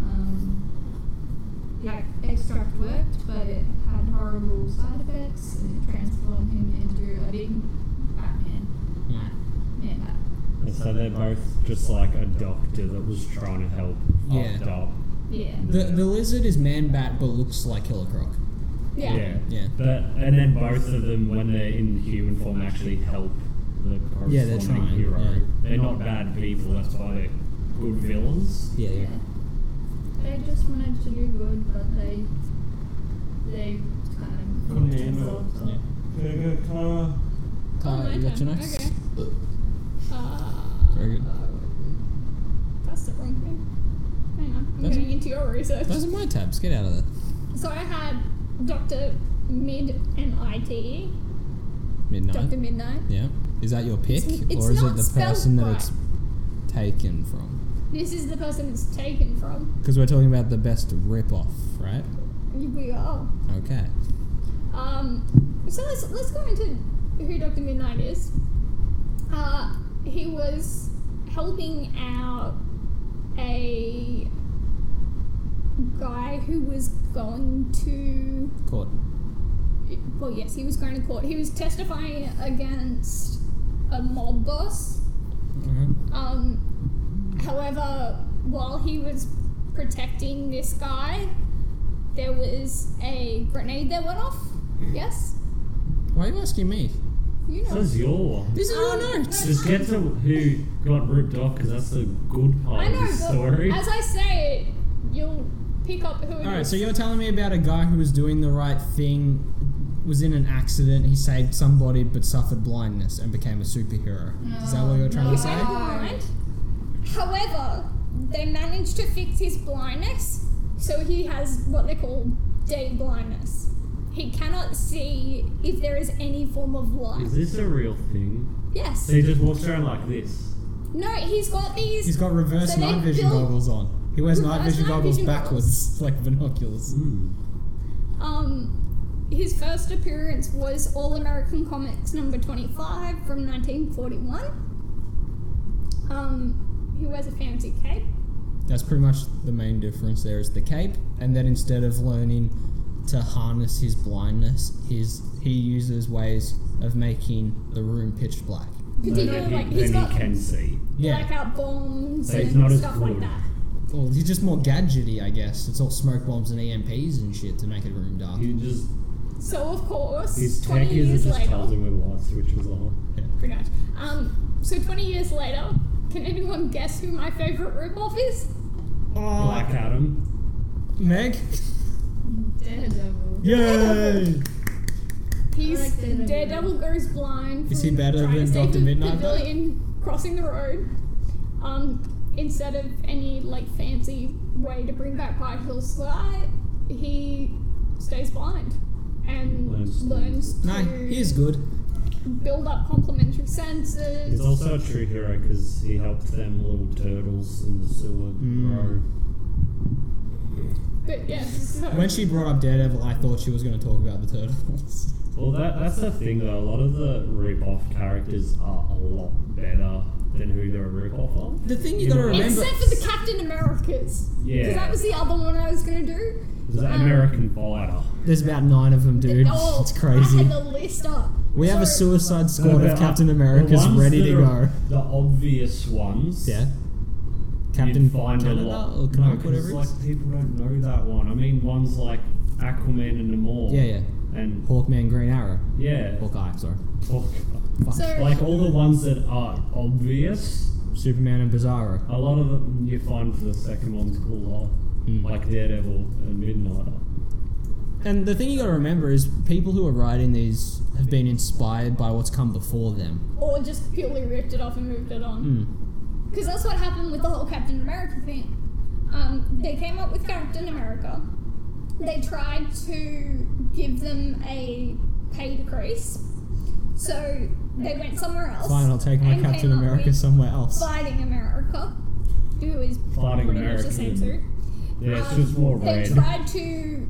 [SPEAKER 5] Um, the ac- extract worked, but it had horrible side effects, and it transformed him into a big Batman,
[SPEAKER 7] Yeah.
[SPEAKER 5] man bat.
[SPEAKER 4] And so they're both just like a doctor that was trying to help.
[SPEAKER 7] Yeah.
[SPEAKER 4] fucked up.
[SPEAKER 5] Yeah.
[SPEAKER 7] The the lizard is man bat, but looks like Killer Croc.
[SPEAKER 3] Yeah.
[SPEAKER 7] Yeah.
[SPEAKER 4] But and then both of them, when they're in human form, actually help the corresponding
[SPEAKER 7] Yeah, they're trying,
[SPEAKER 4] hero.
[SPEAKER 7] yeah.
[SPEAKER 4] They're not bad people. That's why they're good villains.
[SPEAKER 7] Yeah. Yeah.
[SPEAKER 5] They just wanted to do good, but they they kind of
[SPEAKER 4] Couldn't handle it.
[SPEAKER 7] yeah.
[SPEAKER 3] Oh,
[SPEAKER 7] Tyler,
[SPEAKER 3] my
[SPEAKER 7] you got
[SPEAKER 3] turn.
[SPEAKER 7] your notes?
[SPEAKER 3] Okay. Uh,
[SPEAKER 7] Very good.
[SPEAKER 3] That's the wrong thing. Hang on. I'm
[SPEAKER 7] That's-
[SPEAKER 3] getting into your research.
[SPEAKER 7] Those are my tabs. Get out of there.
[SPEAKER 3] So I had Dr. Mid and ITE.
[SPEAKER 7] Midnight.
[SPEAKER 3] Dr. Midnight.
[SPEAKER 7] Yeah. Is that your pick,
[SPEAKER 3] It's- it's
[SPEAKER 7] or is it
[SPEAKER 3] not
[SPEAKER 7] the
[SPEAKER 3] spelled
[SPEAKER 7] person that
[SPEAKER 3] right.
[SPEAKER 7] it's taken from?
[SPEAKER 3] This is the person it's taken from.
[SPEAKER 7] Because we're talking about the best rip-off, right?
[SPEAKER 3] We are.
[SPEAKER 7] Okay.
[SPEAKER 3] Um, so let's, let's go into who Dr. Midnight is. Uh, he was helping out a guy who was going to
[SPEAKER 7] Court.
[SPEAKER 3] well, yes, he was going to court. He was testifying against a mob boss.
[SPEAKER 7] Mm-hmm.
[SPEAKER 3] Um, however, while he was protecting this guy, there was a grenade that went off. Yes,
[SPEAKER 7] Why are you asking me?
[SPEAKER 3] you know.
[SPEAKER 4] So is your one.
[SPEAKER 7] This is
[SPEAKER 3] Um,
[SPEAKER 7] your notes.
[SPEAKER 4] Just get to who got ripped off because that's the good part
[SPEAKER 3] I know,
[SPEAKER 4] of the story.
[SPEAKER 3] but as I say it, you'll pick up who it is.
[SPEAKER 7] All right, so you're telling me about a guy who was doing the right thing, was in an accident, he saved somebody but suffered blindness and became a superhero. is that what you're trying
[SPEAKER 3] He
[SPEAKER 7] to say?
[SPEAKER 3] went blind. However, they managed to fix his blindness, so he has what they call day blindness. He cannot see if there is any form of light.
[SPEAKER 4] Is this a real thing?
[SPEAKER 3] Yes.
[SPEAKER 4] So he just walks around like this.
[SPEAKER 3] No, he's got these.
[SPEAKER 7] He's got reverse
[SPEAKER 3] So they
[SPEAKER 7] night vision
[SPEAKER 3] built-
[SPEAKER 7] goggles on. He wears night
[SPEAKER 3] Reverse
[SPEAKER 7] vision
[SPEAKER 3] night
[SPEAKER 7] goggles
[SPEAKER 3] vision
[SPEAKER 7] backwards, like binoculars.
[SPEAKER 3] Um, his first appearance was All American Comics number 25 from 1941. Um, he wears a fancy cape.
[SPEAKER 7] That's pretty much the main difference there is the cape, and then instead of learning to harness his blindness, his he uses ways of making the room pitch black.
[SPEAKER 3] Particularly,
[SPEAKER 4] he,
[SPEAKER 3] like, he's
[SPEAKER 4] then
[SPEAKER 3] got
[SPEAKER 4] he can see.
[SPEAKER 7] Yeah.
[SPEAKER 3] blackout bombs
[SPEAKER 4] So he's
[SPEAKER 3] and
[SPEAKER 4] not as
[SPEAKER 3] stuff like
[SPEAKER 4] cool.
[SPEAKER 3] that.
[SPEAKER 7] Well, he's just more gadgety, I guess. It's all smoke bombs and EMPs and shit to make a room dark.
[SPEAKER 4] He just
[SPEAKER 3] So of course,
[SPEAKER 4] his tech
[SPEAKER 3] 20 years
[SPEAKER 4] is it just tells
[SPEAKER 3] later,
[SPEAKER 4] him where lights switches are.
[SPEAKER 3] pretty much. Um, so 20 years later, can anyone guess who my favorite ripoff is?
[SPEAKER 4] Black
[SPEAKER 3] Oh.
[SPEAKER 4] Adam.
[SPEAKER 7] Meg?
[SPEAKER 5] Daredevil.
[SPEAKER 7] Yay!
[SPEAKER 3] He's
[SPEAKER 5] like Daredevil.
[SPEAKER 3] Daredevil goes blind.
[SPEAKER 7] Is he
[SPEAKER 3] from
[SPEAKER 7] better
[SPEAKER 3] trying
[SPEAKER 7] than
[SPEAKER 3] to save
[SPEAKER 7] Dr.
[SPEAKER 3] the
[SPEAKER 7] Midnight, though?
[SPEAKER 3] Pavilion crossing the road. Um, instead of any like fancy way to bring back Michael's light, he stays blind and
[SPEAKER 4] Learns
[SPEAKER 3] learns,
[SPEAKER 4] to-
[SPEAKER 3] to
[SPEAKER 7] no, he is good.
[SPEAKER 3] build up complementary senses.
[SPEAKER 4] He's also a true hero because he helped them little turtles in the sewer
[SPEAKER 7] Hmm.
[SPEAKER 4] grow.
[SPEAKER 3] But yes, so-
[SPEAKER 7] When she brought up Daredevil, I thought she was going to talk about the turtles.
[SPEAKER 4] Well, that, that's the thing though. A lot of the rip-off characters are a lot better than who they're a rip-off of.
[SPEAKER 7] The thing you
[SPEAKER 4] In
[SPEAKER 7] gotta
[SPEAKER 4] a-
[SPEAKER 7] remember-
[SPEAKER 3] Except for the Captain Americas.
[SPEAKER 4] Yeah.
[SPEAKER 3] Because that was the other one I was going to do.
[SPEAKER 4] Is that
[SPEAKER 3] um,
[SPEAKER 4] American Fighter?
[SPEAKER 7] There's about nine of them, dude.
[SPEAKER 3] Oh,
[SPEAKER 7] it's crazy.
[SPEAKER 3] I had the list up.
[SPEAKER 7] We have a
[SPEAKER 3] So-
[SPEAKER 7] suicide
[SPEAKER 4] No,
[SPEAKER 7] squad
[SPEAKER 4] but, uh,
[SPEAKER 7] of Captain
[SPEAKER 4] the
[SPEAKER 7] America's
[SPEAKER 4] ones
[SPEAKER 7] ready
[SPEAKER 4] that
[SPEAKER 7] to
[SPEAKER 4] are
[SPEAKER 7] go.
[SPEAKER 4] The obvious ones.
[SPEAKER 7] Yeah.
[SPEAKER 4] Captain
[SPEAKER 7] Captain
[SPEAKER 4] find
[SPEAKER 7] Canada
[SPEAKER 4] a lot.
[SPEAKER 7] or
[SPEAKER 4] no,
[SPEAKER 7] Canuck,
[SPEAKER 4] 'cause,
[SPEAKER 7] whatever it is.
[SPEAKER 4] like people don't know that one. I mean, ones like Aquaman and Namor.
[SPEAKER 7] Yeah, yeah.
[SPEAKER 4] And
[SPEAKER 7] Hawkman, Green Arrow.
[SPEAKER 4] yeah,
[SPEAKER 7] Hawkeye, sorry.
[SPEAKER 4] Fuck.
[SPEAKER 7] Fuck.
[SPEAKER 3] So-
[SPEAKER 4] like all the ones that are obvious.
[SPEAKER 7] Superman and Bizarro.
[SPEAKER 4] A lot of them you find for the second one's cooler,
[SPEAKER 7] Mm.
[SPEAKER 4] like Daredevil and Midnighter.
[SPEAKER 7] and the thing you got to remember is people who are writing these have been inspired by what's come before them.
[SPEAKER 3] Or just purely ripped it off and moved it on.
[SPEAKER 7] Mm.
[SPEAKER 3] Because that's what happened with the whole Captain America thing. Um, they came up with Captain America. They tried to give them a pay decrease. So they went somewhere else.
[SPEAKER 7] Fine, I'll take my
[SPEAKER 3] And came
[SPEAKER 7] Captain
[SPEAKER 3] up
[SPEAKER 7] America
[SPEAKER 3] with
[SPEAKER 7] somewhere else.
[SPEAKER 3] Fighting America, who is
[SPEAKER 4] Fighting
[SPEAKER 3] pretty much the same
[SPEAKER 4] American.
[SPEAKER 3] suit.
[SPEAKER 4] Yeah, Oh, it's
[SPEAKER 3] Um,
[SPEAKER 4] just more
[SPEAKER 3] They
[SPEAKER 4] red.
[SPEAKER 3] tried to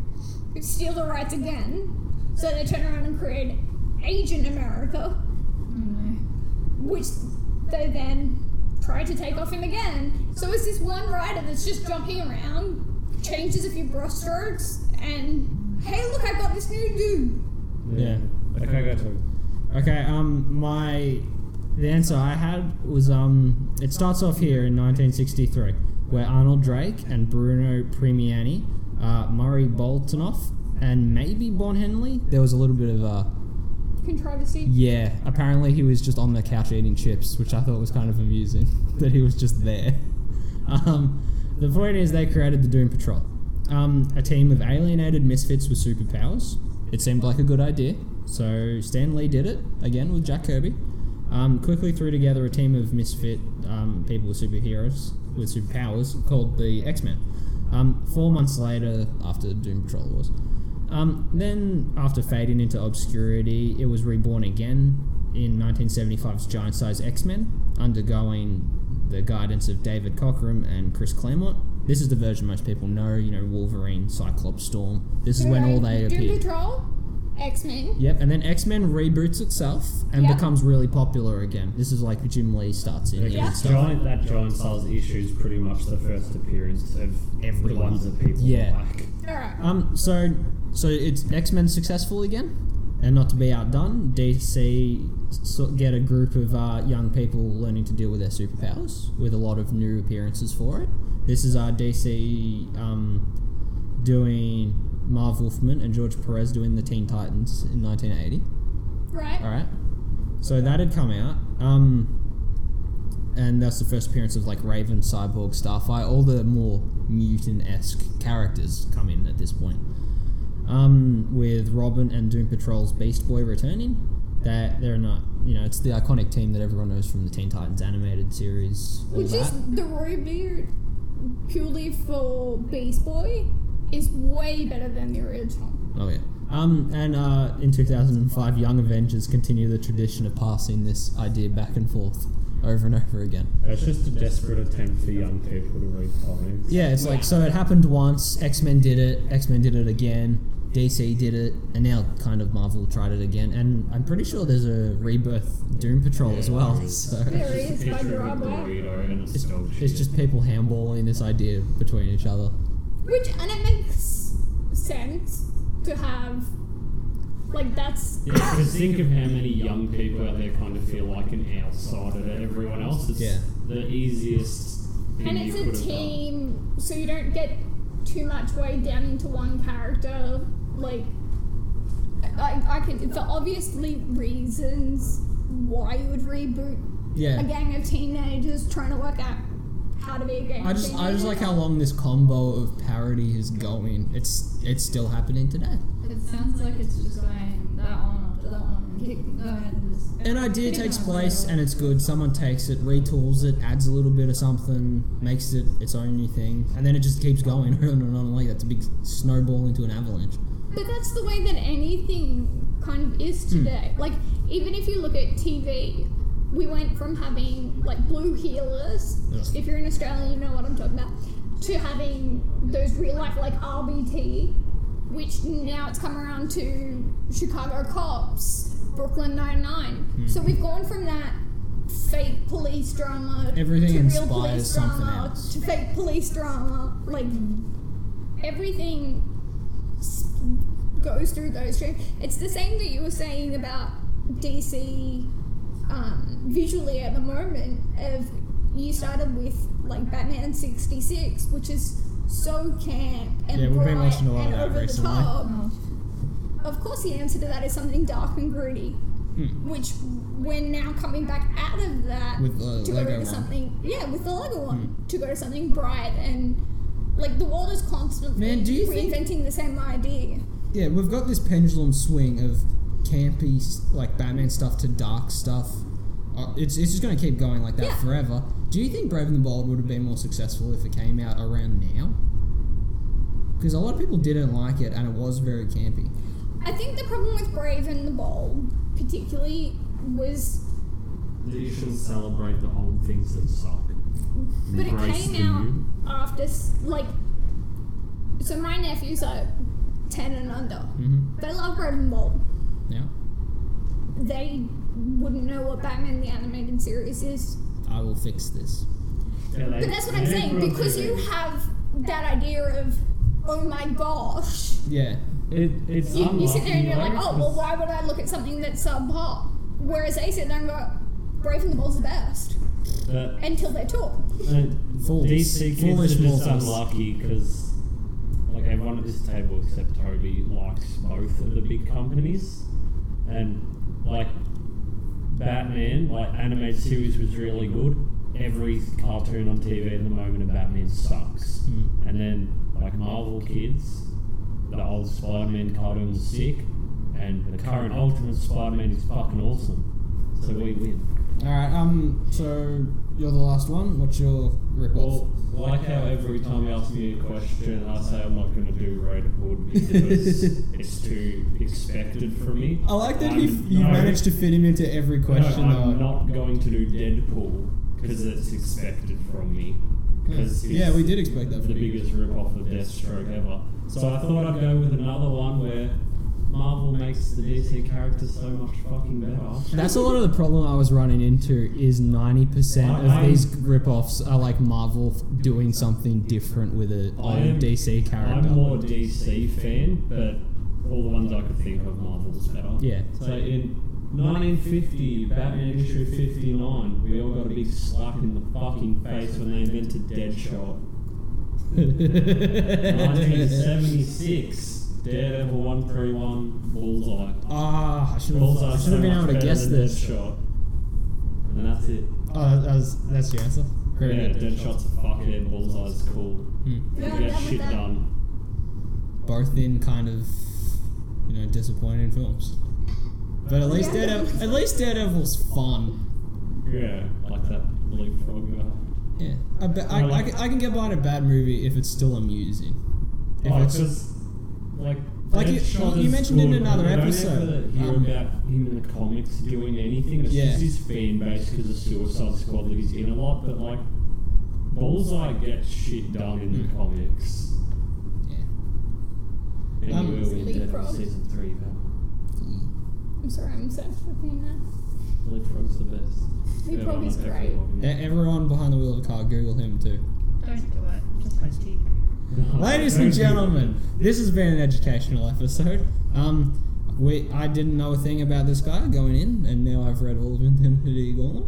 [SPEAKER 3] steal the rights again, so they turned around and created Agent America, which they then tried to take off him again. So it's this one rider that's just jumping around, changes a few brushstrokes, and hey, look, I got this new dude.
[SPEAKER 7] Yeah.
[SPEAKER 4] Okay, go to.
[SPEAKER 7] Okay, um, my the answer I had was um, it starts off here in 1963, where Arnold Drake and Bruno Premiani, uh, Murray Boltonoff, and maybe Bon Henley. There was a little bit of uh,
[SPEAKER 3] Controversy.
[SPEAKER 7] yeah. Apparently, he was just on the couch eating chips, which I thought was kind of amusing that he was just there. Um, the point is, they created the Doom Patrol, um, a team of alienated misfits with superpowers. It seemed like a good idea, so Stan Lee did it again with Jack Kirby. Um, quickly threw together a team of misfit um, people with superheroes with superpowers called the X Men. Um, four months later, after Doom Patrol was, um, then after fading into obscurity, it was reborn again in 1975's Giant Size X Men, undergoing the guidance of David Cockrum and Chris Claremont. This is the version most people know, you know, Wolverine, Cyclops, Storm. This is when all they
[SPEAKER 3] Doom
[SPEAKER 7] appeared.
[SPEAKER 3] Patrol, X Men.
[SPEAKER 7] Yep, and then X Men reboots itself and
[SPEAKER 3] Yep.
[SPEAKER 7] becomes really popular again. This is like Jim Lee starts in here.
[SPEAKER 3] Yeah.
[SPEAKER 7] and stuff.
[SPEAKER 4] Giant, that giant size issue is pretty much the first appearance of the
[SPEAKER 7] Everyone.
[SPEAKER 4] ones that people
[SPEAKER 7] Yeah.
[SPEAKER 4] like.
[SPEAKER 3] All right.
[SPEAKER 7] Um, so, so it's X Men successful again, and not to be outdone, DC so- get a group of uh, young people learning to deal with their superpowers, with a lot of new appearances for it. This is our DC um, doing Marv Wolfman and George Perez doing the Teen Titans in 1980.
[SPEAKER 3] Right.
[SPEAKER 7] All right. So that had come out. Um, and that's the first appearance of like Raven, Cyborg, Starfire, all the more mutant esque characters come in at this point. Um, with Robin and Doom Patrol's Beast Boy returning, that they're not, you know, it's the iconic team that everyone knows from the Teen Titans animated series. all
[SPEAKER 3] Which is
[SPEAKER 7] that.
[SPEAKER 3] the reboot purely for Beast Boy is way better than the original.
[SPEAKER 7] Oh yeah. Um, and uh, in 2005, Young Avengers continue the tradition of passing this idea back and forth over and over again.
[SPEAKER 4] It's just a desperate attempt for young people to read comics.
[SPEAKER 7] Yeah, it's like so it happened once, X Men did it, X Men did it again, DC did it, and now kind of Marvel tried it again. And I'm pretty sure there's a rebirth Doom Patrol as well. So
[SPEAKER 3] There
[SPEAKER 4] It's just
[SPEAKER 3] is
[SPEAKER 4] a
[SPEAKER 3] by
[SPEAKER 4] picture of a
[SPEAKER 3] Robert.
[SPEAKER 4] Dorito and it's
[SPEAKER 7] it's,
[SPEAKER 4] dog shit.
[SPEAKER 7] it's just people handballing this idea between each other.
[SPEAKER 3] Which and it makes sense to have like that's
[SPEAKER 4] Yeah, because think of how many young people out there kind of feel like an outsider to everyone else. It's
[SPEAKER 7] Yeah.
[SPEAKER 4] the easiest thing
[SPEAKER 3] and
[SPEAKER 4] you
[SPEAKER 3] it's
[SPEAKER 4] could have
[SPEAKER 3] a
[SPEAKER 4] done.
[SPEAKER 3] team so you don't get too much weighed down into one character like I, I can for obviously reasons why you would reboot
[SPEAKER 7] Yeah.
[SPEAKER 3] a gang of teenagers trying to work out how to be a gang.
[SPEAKER 7] I
[SPEAKER 3] of
[SPEAKER 7] just I just
[SPEAKER 3] teenagers.
[SPEAKER 7] like how long this combo of parody is going. It's it's still happening today.
[SPEAKER 5] It sounds like it's just going that one after that one, keep going into this.
[SPEAKER 7] An idea takes place and it's good. Someone takes it, retools it, adds a little bit of something, makes it its own new thing, and then it just keeps going on and on like that's a big snowball into an avalanche.
[SPEAKER 3] But that's the way that anything kind of is
[SPEAKER 7] Hmm.
[SPEAKER 3] today. Like, even if you look at TV, we went from having like blue healers,
[SPEAKER 7] Yeah.
[SPEAKER 3] if you're in Australia, you know what I'm talking about, to having those real life like RBT, which now it's come around to Chicago cops, Brooklyn Nine Nine.
[SPEAKER 7] Hmm.
[SPEAKER 3] So we've gone from that fake police drama
[SPEAKER 7] Everything
[SPEAKER 3] to real
[SPEAKER 7] inspires
[SPEAKER 3] police
[SPEAKER 7] something
[SPEAKER 3] drama
[SPEAKER 7] else.
[SPEAKER 3] to fake police drama, like everything s- goes through those two. It's the same that you were saying about DC um, visually at the moment. Of you started with like Batman '66, which is so camp and
[SPEAKER 7] Yeah, we've been
[SPEAKER 3] bright
[SPEAKER 7] watching a lot of
[SPEAKER 3] and
[SPEAKER 7] that
[SPEAKER 3] over
[SPEAKER 7] recently.
[SPEAKER 3] the top.
[SPEAKER 5] Oh,
[SPEAKER 3] Of course, the answer to that is something dark and gritty,
[SPEAKER 7] Hmm.
[SPEAKER 3] which we're now coming back out of that
[SPEAKER 7] With the
[SPEAKER 3] to
[SPEAKER 7] Lego
[SPEAKER 3] go to
[SPEAKER 7] one. Hmm.
[SPEAKER 3] something. Yeah, with the Lego one to go to something bright and like the world is constantly
[SPEAKER 7] Man, do you think-
[SPEAKER 3] reinventing the same idea.
[SPEAKER 7] yeah, we've got this pendulum swing of campy s- like Batman stuff to dark stuff. Uh, it's it's just going to keep going like that
[SPEAKER 3] Yeah.
[SPEAKER 7] forever. Do you think Brave and the Bold would have been more successful if it came out around now? Because a lot of people didn't like it, and it was very campy.
[SPEAKER 3] I think the problem with Brave and the Bold, particularly, was
[SPEAKER 4] That you shouldn't celebrate the old things that suck.
[SPEAKER 3] but it
[SPEAKER 4] Embrace
[SPEAKER 3] came
[SPEAKER 4] the
[SPEAKER 3] out
[SPEAKER 4] new.
[SPEAKER 3] after s- like. So my nephews are ten and under.
[SPEAKER 7] Mm-hmm.
[SPEAKER 3] They love Brave and Bold.
[SPEAKER 7] Yeah,
[SPEAKER 3] They wouldn't know what Batman the Animated Series is.
[SPEAKER 7] I will fix this.
[SPEAKER 4] Yeah, they-
[SPEAKER 3] But that's what I'm
[SPEAKER 4] they
[SPEAKER 3] saying
[SPEAKER 4] put on
[SPEAKER 3] because
[SPEAKER 4] TV.
[SPEAKER 3] you have that idea of, oh my gosh.
[SPEAKER 7] Yeah,
[SPEAKER 4] It, it's
[SPEAKER 3] You, you sit there and you're
[SPEAKER 4] unlucky,
[SPEAKER 3] like,
[SPEAKER 4] though,
[SPEAKER 3] oh well,
[SPEAKER 4] 'cause-
[SPEAKER 3] why would I look at something that's subpar? Whereas they sit there and go, Brave and the Bold's the best
[SPEAKER 4] But
[SPEAKER 3] until they're taught.
[SPEAKER 4] Uh,
[SPEAKER 7] Fools.
[SPEAKER 4] DC kids
[SPEAKER 7] Foolish
[SPEAKER 4] are just
[SPEAKER 7] mortals.
[SPEAKER 4] unlucky because, like, everyone at this table except Toby likes both of the big companies, and like Batman, like animated series was really good. Every cartoon on TV at the moment of Batman sucks,
[SPEAKER 7] Hmm.
[SPEAKER 4] and then like Marvel kids, the old Spider-Man cartoon was sick, and the current Ultimate Spider-Man is fucking awesome. So we win.
[SPEAKER 7] All right. Um. So you're the last one. What's your rip off?
[SPEAKER 4] Well, like how every time you ask me a question, I say I'm not going to do Raidaport because it's too expected from me.
[SPEAKER 7] I like that
[SPEAKER 4] I'm-
[SPEAKER 7] you, you
[SPEAKER 4] no,
[SPEAKER 7] managed to fit him into every question.
[SPEAKER 4] No, I'm
[SPEAKER 7] though.
[SPEAKER 4] not going to do Deadpool because it's expected from me. Because
[SPEAKER 7] Hmm. Yeah, we did expect that
[SPEAKER 4] the
[SPEAKER 7] from you.
[SPEAKER 4] biggest rip-off of Deathstroke ever. So I thought I'd go with another one where Marvel makes the DC character so much fucking better.
[SPEAKER 7] That's a lot of the problem I was running into is 90% of
[SPEAKER 4] I-
[SPEAKER 7] these rip-offs are like Marvel f- doing something different with a
[SPEAKER 4] I
[SPEAKER 7] own
[SPEAKER 4] am-
[SPEAKER 7] DC character.
[SPEAKER 4] I'm more a DC fan, but all the ones I could think of, Marvel's better.
[SPEAKER 7] Yeah.
[SPEAKER 4] So in 1950, Batman issue 59, we all got a big slap in the fucking face when they invented Deadshot. 1976, Daredevil 131, Bullseye.
[SPEAKER 7] Ah, I should
[SPEAKER 4] Bullseye
[SPEAKER 7] have
[SPEAKER 4] so
[SPEAKER 7] been
[SPEAKER 4] much
[SPEAKER 7] able to
[SPEAKER 4] better
[SPEAKER 7] guess
[SPEAKER 4] than
[SPEAKER 7] this.
[SPEAKER 4] Deadshot. And that's it.
[SPEAKER 7] Oh, that was, that's your answer.
[SPEAKER 4] Yeah,
[SPEAKER 7] Great.
[SPEAKER 4] Deadshot's a fuckhead, Bullseye's cool.
[SPEAKER 7] Hmm.
[SPEAKER 4] You
[SPEAKER 3] Yeah,
[SPEAKER 4] get
[SPEAKER 3] I'm done
[SPEAKER 4] shit
[SPEAKER 3] with that.
[SPEAKER 4] done.
[SPEAKER 7] Both in kind of, you know, disappointing films. But at least
[SPEAKER 3] Yeah.
[SPEAKER 7] Daredevil, at least Daredevil's fun.
[SPEAKER 4] Yeah, like that leapfrog guy.
[SPEAKER 7] Yeah, I, bet I,
[SPEAKER 4] I
[SPEAKER 7] I,
[SPEAKER 4] like-
[SPEAKER 7] can, I can get behind a bad movie if it's still amusing. If
[SPEAKER 4] Oh,
[SPEAKER 7] it's-
[SPEAKER 4] because like
[SPEAKER 7] Like you-
[SPEAKER 4] Deadshot
[SPEAKER 7] you
[SPEAKER 4] is
[SPEAKER 7] mentioned in
[SPEAKER 4] good, but
[SPEAKER 7] another
[SPEAKER 4] I don't
[SPEAKER 7] episode,
[SPEAKER 4] ever hear
[SPEAKER 7] um,
[SPEAKER 4] about him in the comics doing anything. It's
[SPEAKER 7] Yeah.
[SPEAKER 4] just his fan base because of Suicide Squad that he's in a lot. But like, Bullseye gets shit done in the
[SPEAKER 3] Hmm.
[SPEAKER 7] Mm.
[SPEAKER 4] comics,
[SPEAKER 7] yeah.
[SPEAKER 4] and
[SPEAKER 7] Um,
[SPEAKER 4] he will in Deadpool
[SPEAKER 3] Leapfrog.
[SPEAKER 4] season three. But
[SPEAKER 3] I'm sorry, I'm uh, obsessed with him now.
[SPEAKER 4] Leapfrog's the best.
[SPEAKER 3] Leapfrog
[SPEAKER 4] Everyone
[SPEAKER 3] is
[SPEAKER 4] I've ever
[SPEAKER 3] great.
[SPEAKER 4] loved.
[SPEAKER 7] E- Everyone behind the wheel of the car, Google him too.
[SPEAKER 5] Don't do it. Just wait till you
[SPEAKER 4] Oh,
[SPEAKER 7] Ladies and gentlemen, this has been an educational episode. Um, we I didn't know a thing about this guy going in, and now I've read all of Infinity Gauntlet.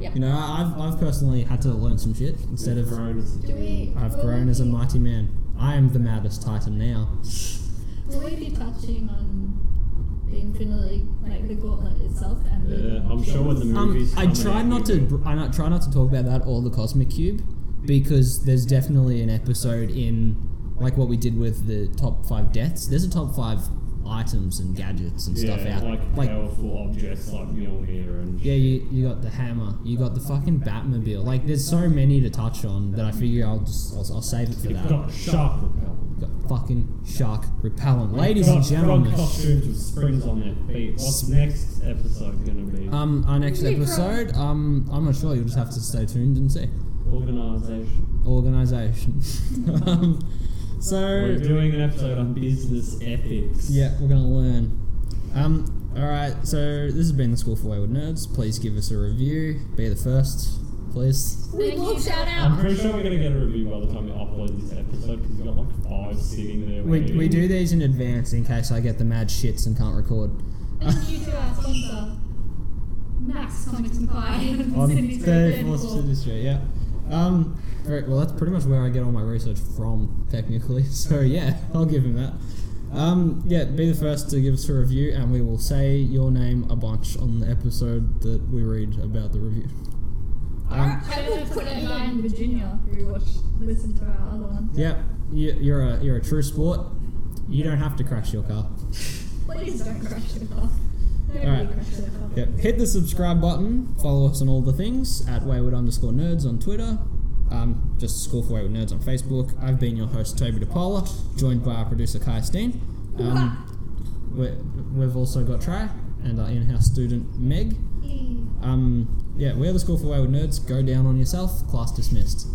[SPEAKER 3] Yep.
[SPEAKER 7] You know, I- I've, I've personally had to learn some shit instead of
[SPEAKER 4] Grown as a
[SPEAKER 5] Do we?
[SPEAKER 7] I've
[SPEAKER 5] will
[SPEAKER 7] grown
[SPEAKER 5] we
[SPEAKER 7] as a
[SPEAKER 5] be-
[SPEAKER 7] mighty man. I am the maddest titan now.
[SPEAKER 5] Will we be touching on the Infinity, like the gauntlet itself, and the
[SPEAKER 4] Yeah, I'm sure when the
[SPEAKER 5] films?
[SPEAKER 7] Um,
[SPEAKER 4] Movies
[SPEAKER 7] I
[SPEAKER 4] coming
[SPEAKER 7] tried
[SPEAKER 4] out,
[SPEAKER 7] not to.
[SPEAKER 4] we
[SPEAKER 7] br- I not, try not to talk about that or the Cosmic Cube, because there's definitely an episode in, like what we did with the top five deaths. There's a top five items and gadgets and stuff
[SPEAKER 4] yeah,
[SPEAKER 7] out.
[SPEAKER 4] like, powerful objects like Mjolnir and
[SPEAKER 7] yeah, you, you got the hammer, you got the fucking Batmobile. Like, there's so many to touch on that I figure I'll just I'll, I'll save it for
[SPEAKER 4] You've
[SPEAKER 7] that.
[SPEAKER 4] got a shark repellent.
[SPEAKER 7] Got fucking shark repellent, ladies
[SPEAKER 4] Got
[SPEAKER 7] and gentlemen.
[SPEAKER 4] Frog costumes with springs on their feet. What's next episode gonna be?
[SPEAKER 7] Um, our next
[SPEAKER 3] Leave her.
[SPEAKER 7] episode, um, I'm not sure. You'll just have to stay tuned and see.
[SPEAKER 4] Organisation.
[SPEAKER 7] organization. um, so
[SPEAKER 4] We're doing an episode on business ethics.
[SPEAKER 7] yeah, we're gonna learn. Um, all right. So this has been the School for Wayward Nerds. Please give us a review. Be the first, please.
[SPEAKER 3] We
[SPEAKER 5] Thank
[SPEAKER 3] love
[SPEAKER 5] you.
[SPEAKER 3] shout out.
[SPEAKER 4] I'm pretty sure we're gonna get a review by the time we upload this episode because we've got like five sitting there.
[SPEAKER 7] We,
[SPEAKER 4] waiting.
[SPEAKER 7] we do these in advance in case I get the mad shits and can't record.
[SPEAKER 5] Thank you to our sponsor, Max Comics Mackay.
[SPEAKER 7] On
[SPEAKER 5] Sydney's
[SPEAKER 7] third
[SPEAKER 5] Third
[SPEAKER 7] Wall Street
[SPEAKER 5] Wall.
[SPEAKER 7] District, yeah. Um, all right, well, that's pretty much where I get all my research from, technically. So, yeah, I'll give him that. Um, yeah, be the first to give us a review, and we will say your name a bunch on the episode that we read about the review. Um,
[SPEAKER 3] I
[SPEAKER 5] Shout
[SPEAKER 3] will
[SPEAKER 5] out to
[SPEAKER 3] put
[SPEAKER 5] that
[SPEAKER 3] it
[SPEAKER 5] guy in
[SPEAKER 3] in.
[SPEAKER 5] Virginia who watched, listened to our other one.
[SPEAKER 7] yeah, you, you're a you're a true sport. You don't have to crash your car.
[SPEAKER 5] Please don't crush it off. Nobody
[SPEAKER 7] Alright.
[SPEAKER 5] crush it off.
[SPEAKER 7] Yep. Hit the subscribe button. Follow us on all the things at wayward underscore nerds on Twitter. Um, just school for wayward nerds on Facebook. I've been your host Toby DePaula, joined by our producer Kai Steen. Um, we- we've also got Try and our in-house student Meg.
[SPEAKER 5] Ew.
[SPEAKER 7] Um, yeah, we're the school for wayward nerds. Go down on yourself. Class dismissed.